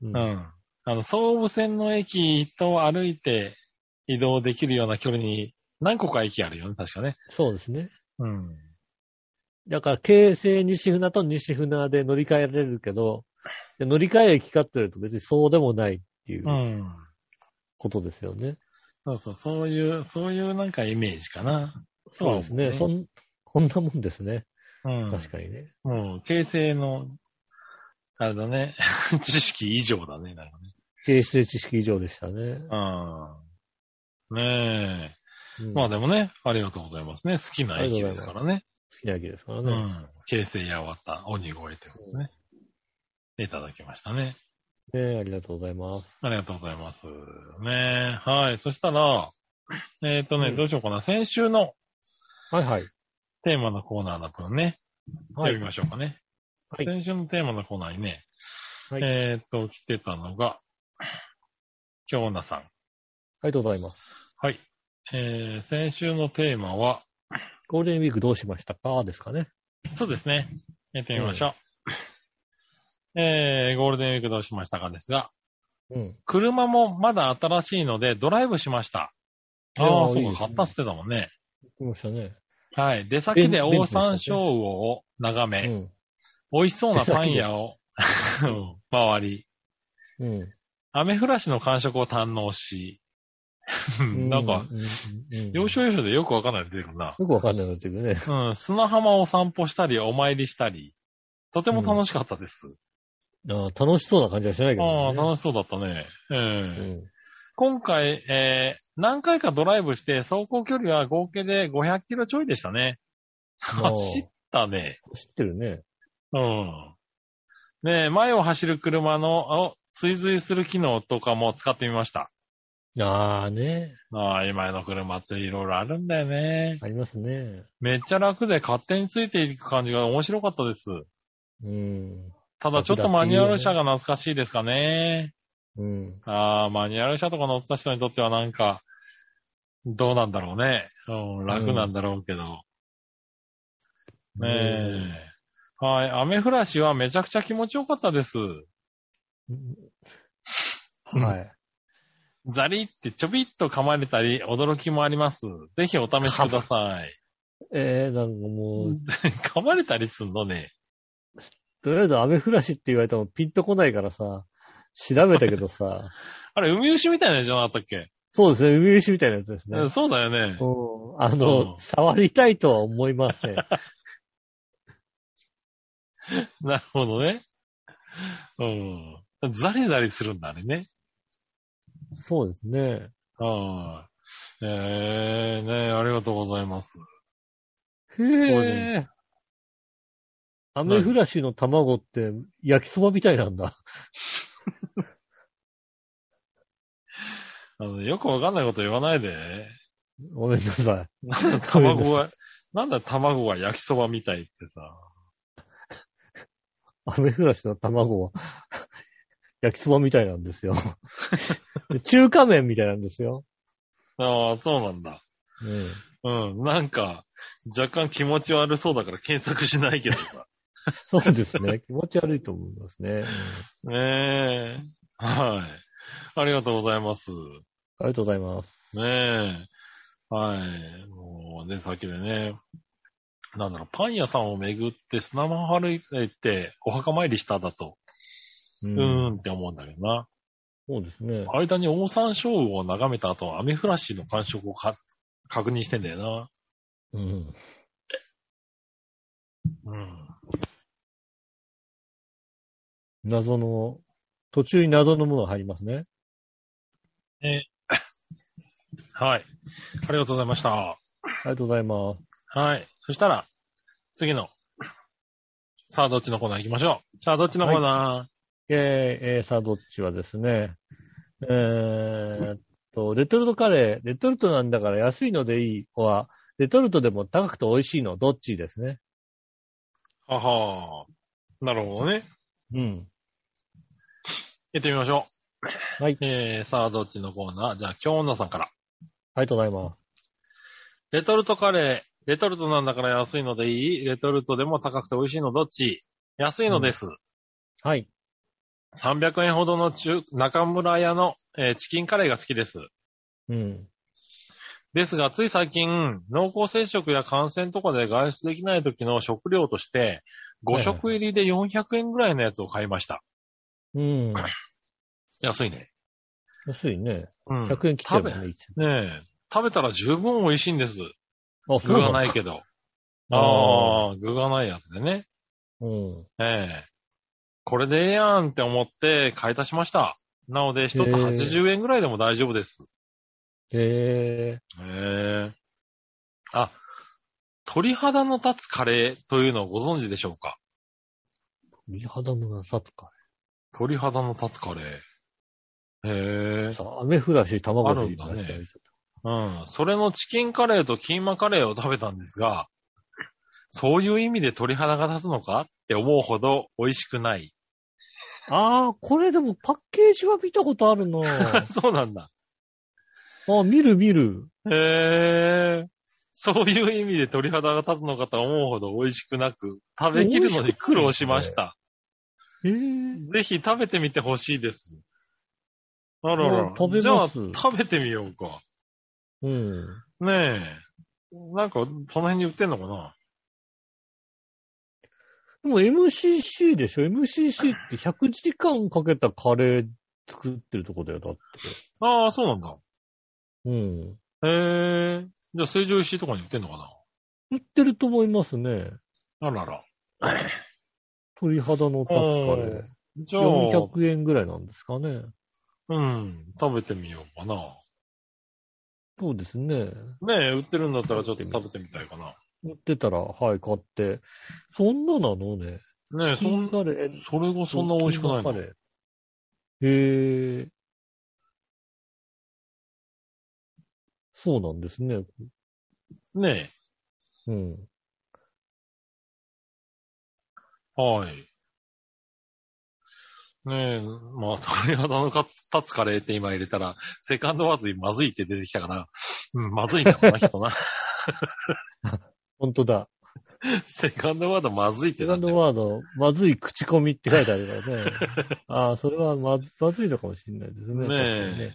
B: う。
C: うんん。あの、総武線の駅と歩いて移動できるような距離に何個か駅あるよね、確かね。
B: そうですね。
C: うん。。
B: だから、京成西船と西船で乗り換えられるけど、で乗り換え駅かって言われると別にそうでもないっていううんことですよね。
C: そうそう、そういう、そういうなんかイメージかな。
B: そうですね。そ、
C: そうん
B: こんなもんですね。
C: うん。
B: 確かにね。
C: に。もう、形成の、あれだね、 知識以上だね、なんかね。
B: 形成知識以上でしたね。
C: うん。ね
B: う
C: え。
B: ん
C: まあでもね、ありがとうございますね。好きな駅ですからね。
B: 好きな駅ですから
C: う
B: ね。
C: ん。形成やわった、鬼越ということね。いただきましたね。
B: ねありがとうございます。
C: ありがとうございます。ねえ。はい。そしたら、えっ、とね、
B: うん
C: どうしようかな。先週の
B: はいはい。
C: テーマのコーナーの分ね、
B: は
C: 読み
B: い。
C: ましょうかね。
B: はい
C: 先週のテーマのコーナーにね、
B: はい
C: えーっと、来てたのが、京奈さん。
B: ありがとうございます。
C: はい。えー、先週のテーマは、
B: ゴールデンウィークどうしましたかですかね。
C: そうですね。やってみましょう。えー、ゴールデンウィークどうしましたかですが、
B: うん。
C: 車もまだ新しいのでドライブしました。ああ、そ
B: いや
C: うか、買ったっつってたもんね。
B: 言ってましたね。
C: はい。出先
B: ベ
C: で
B: ンベン
C: 大
B: ツでした
C: 山
B: っけ
C: 椒魚を眺め、
B: うん。
C: 美味しそうなパン屋を 回り、
B: うん。
C: 雨降らしの感触を堪能し、
B: う
C: なんか、
B: ううん
C: 要所要所でよくわかんないの出てくるな。
B: よくわかんないなってるね。
C: うん、砂浜を散歩したり、お参りしたり、とても楽しかったです。
B: ああ楽しそうな感じはしないけど、ね。
C: ああ、楽しそうだったね。ええ
B: うん。
C: 今回、えー何回かドライブして、走行距離は合計で500キロちょいでしたね。
B: あー
C: 走ったね。
B: 知ってるね。
C: うん。ねえ前を走る車の、あ追随する機能とかも使ってみました。
B: ああね。
C: ああ、今の車っていろいろあるんだよね。
B: ありますね。
C: めっちゃ楽で勝手についていく感じが面白かったです。
B: うん。
C: ただちょっとマニュアル車が懐かしいですかね。
B: うん。
C: ああ、マニュアル車とか乗った人にとってはなんか、どうなんだろうね。うん、楽なんだろうけど。ねえ。はい、雨降らしはめちゃくちゃ気持ちよかったです。
B: はい。
C: ザリってちょびっと噛まれたり、驚きもあります。ぜひお試しください。
B: えー、なんかもう、
C: 噛まれたりすんのね。
B: とりあえず雨降らしって言われてもピンとこないからさ、調べたけどさ、
C: あれ、海牛みたいなやつじゃなかったっけ、
B: そうですね、海牛みたいなやつですね
C: うん。そうだよね。
B: うんあ
C: うん
B: の、触りたいとは思いません。
C: なるほどね。うん。ザリザリするんだ、あれね。
B: そうですね。
C: はい。えー、ねありがとうございます。
B: へえ。アメフラシの卵って焼きそばみたいなんだ。
C: あの、よくわかんないこと言わないで。
B: ごめんなさ
C: なんだ卵が、なんだ卵が焼きそばみたいってさ。
B: い。アメフラシの卵は焼きそばみたいなん ですよ。中華麺みたいなんですよ。
C: ああ、そうなんだ。うん、なんか、若干気持ち悪そうだから 検索しないけどさ。
B: そうですね。気持ち悪いと思いますね。うん
C: ねえ。はい。ありがとうございます。
B: ありがとうございます。
C: ねえ。はい。もうね、先でね。なんだろう、パン屋さんを巡って砂浜を歩いてって、お墓参りしただと、
B: う
C: うーんって思うんだけどな。
B: そうですね。
C: 間に大山椒魚を眺めた後、アメフラシの感触をか確認してんだよ
B: うん。
C: な。うん。
B: 謎の、途中に謎のものが入りますね。
C: はい。ありがとうございました。
B: ありがとうございます。
C: はい。そしたら、次の。さあ、どっちのコーナー行きましょう。さあ、どっちのコーナ
B: えーえーさあ、どっちはですね、えーっと、レトルトカレー、レトルトなんだから安いのでいいは、レトルトでも高くて美味しいの、どっちですね。
C: ー、ははーなるほどね。
B: うん。
C: 行ってみましょう。
B: はい
C: えー、さあ、どっちのコーナーじゃあ、京女さんから。
B: ありがとうございます。
C: レトルトカレー。レトルトなんだから安いのでいいレトルトでも高くて美味しいのどっち安いのです。
B: はい。
C: 300円ほどの中、中村屋の、えーチキンカレーが好きです。
B: うん。
C: ですが、つい最近、濃厚接触や感染とかで外出できない時の食料として、
B: はい
C: 5
B: はい
C: 食入りで400円ぐらいのやつを買いました。
B: うん。
C: 安いね。
B: 安いね。
C: うん。
B: 100円切ってるもんね、一
C: 食べ、ねえ。食べたら十分美味しいんです。
B: 応あ、。
C: 具がないいけど。
B: ああ。
C: ああ、具がないやつでね。
B: うん。
C: ええ。これでええやんって思って買い足しました。なので、一つ80円ぐらいでも大丈夫です。
B: え
C: へえ。あ、鳥肌の立つカレーというのをご存知でしょうか
B: ー、美肌のなさとか。
C: 鳥肌の立つカレー。へえ。
B: さあ、雨降らし卵でいい
C: あるんだね
B: 話
C: うん。それのチキンカレーとキーマカレーを食べたんですが、そういう意味で鳥肌が立つのかって思うほど美味しくない。
B: ああ、これでもパッケージは見たことあるな
C: そうなんだ。
B: あ、見る見る。
C: へえ。そういう意味で鳥肌が立つのかと思うほど美味しくなく、食べきるのに苦労しました。
B: ええ
C: ぜひ食べてみてほしいです。あらら
B: もう。食べ
C: じゃ
B: ま
C: あ
B: す
C: 食べてみようか。
B: うん。
C: ねえ。なんか、その辺に売ってんのかな
B: でも MCC でしょ ?MCC って100時間かけたカレー作ってるとこだよ、だって。
C: ああ、そうなんだ。
B: うん。
C: へえ。じゃあ、成城石井とかに売ってんのか
B: 売ってると思いますね。
C: なあらら。
B: 鳥肌の立つカレ
C: じ
B: ー。
C: ゃあ、
B: 400円ぐらいなんですかね。
C: うん、食べてみようかな。
B: そうですね。
C: ねえ、売ってるんだったらちょっと食べてみたいかな。
B: 売ってたら、はい、買って。そんななのね。
C: ねえ、そ
B: チキン
C: ん、
B: カレー。
C: それがそんな美味しくない
B: チキンカ
C: の
B: レー。へえ。そうなんですね。
C: ね
B: うん。
C: え、はい。ねえ、まあ、 鳥肌の立つカレーって今入れたら、セカンドワーズにまずいって出てきたから、うん、まずいんだろうな、人な。
B: 本当だ。
C: セカンドワードまずいって
B: セ
C: な
B: カ
C: ん
B: ン
C: だ
B: ド
C: よ
B: ワード、まずい口コミって書いてあるからね。 ああ、それはまずまずいのかもしれないですね。確かに
C: ね
B: ね
C: え。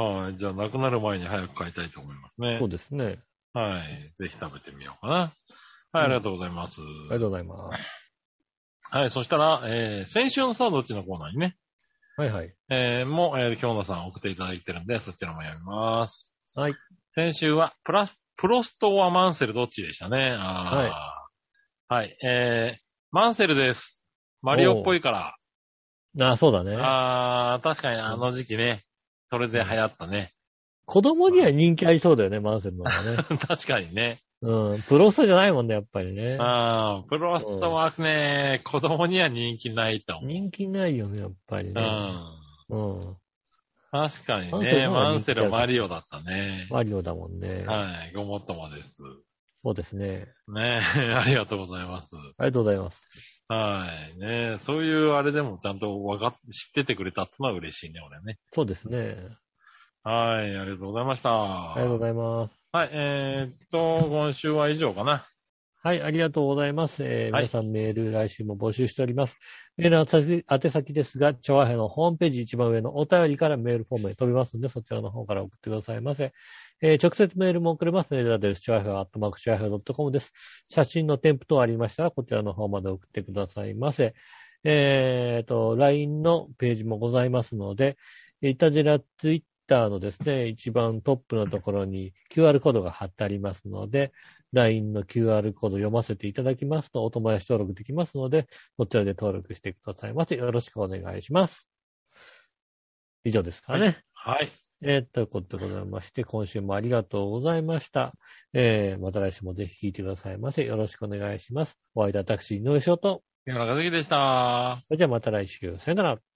C: はい。じゃあ、なくなる前に早く買いたいと思いますね
B: そ。うですね。
C: はい。ぜひ食べてみようかな。はい、ありがとうございます。
B: ありがとうございます。
C: はい、そしたら、えー、先週のさ、どっちのコーナーにね、
B: はいはい。
C: えー、もう、えー、京野さん送っていただいてるんで、そちらも読みます。
B: はい。
C: 先週は、プラス、プロストはマンセルどっちでしたね。あーはい。えー、マンセルです。マリオっぽいから。
B: ああ、そうだね。
C: あー、確かにあの時期ね、それで流行ったね。
B: 子供には人気ありそうだよね、マンセルの方が ね。
C: 確かにね。
B: うん。プロストじゃないもんね、やっぱりね。
C: あー、プロストはね、子供には人気ないと思う。
B: 人気ないよね、やっぱり
C: う
B: ね。
C: ん。
B: うん。
C: 確かに
B: マンセル
C: ね、
B: の方が
C: マン
B: 人気
C: セ
B: ある
C: ルマリオだったね。
B: マリオだもんね。
C: はい、ごもっともです。
B: そうですね。
C: ね え、ありがとうございます。
B: ありがとうございます。
C: はい、ねえ、そういうあれでもちゃんとわかっ、知っててくれたってのは嬉しいね、俺ね。
B: そうですね。
C: はい、ありがとうございました。
B: ありがとうございます。
C: はい、えーっと、今週は以上かな。
B: はい、ありがとうございます。えー
C: はい
B: 皆さんメール来週も募集しております。メールの宛先宛先ですが、調和編のホームページ一番上のお便りからメールフォームに飛びますので、そちらの方から送ってくださいませ。えー直接メールも送れます。メールアドレス、調和編アットマーク調和編 .com です。写真の添付等ありましたら、こちらの方まで送ってくださいませ。えーと、LINE のページもございますので、イタジラツイッターのですね、一番トップのところに QR コードが貼ってありますので、LINE の QR コード読ませていただきますと、お友達登録できますので、こちらで登録してくださいませ。よろしくお願いします。以上ですかね。
C: はい、
B: えーということでございまして、今週もありがとうございました。えー、また来週もぜひ聞いてくださいませ。よろしくお願いします。お相手は私、井上翔と。
C: 今中関でした。
B: それじゃあまた来週。さよなら。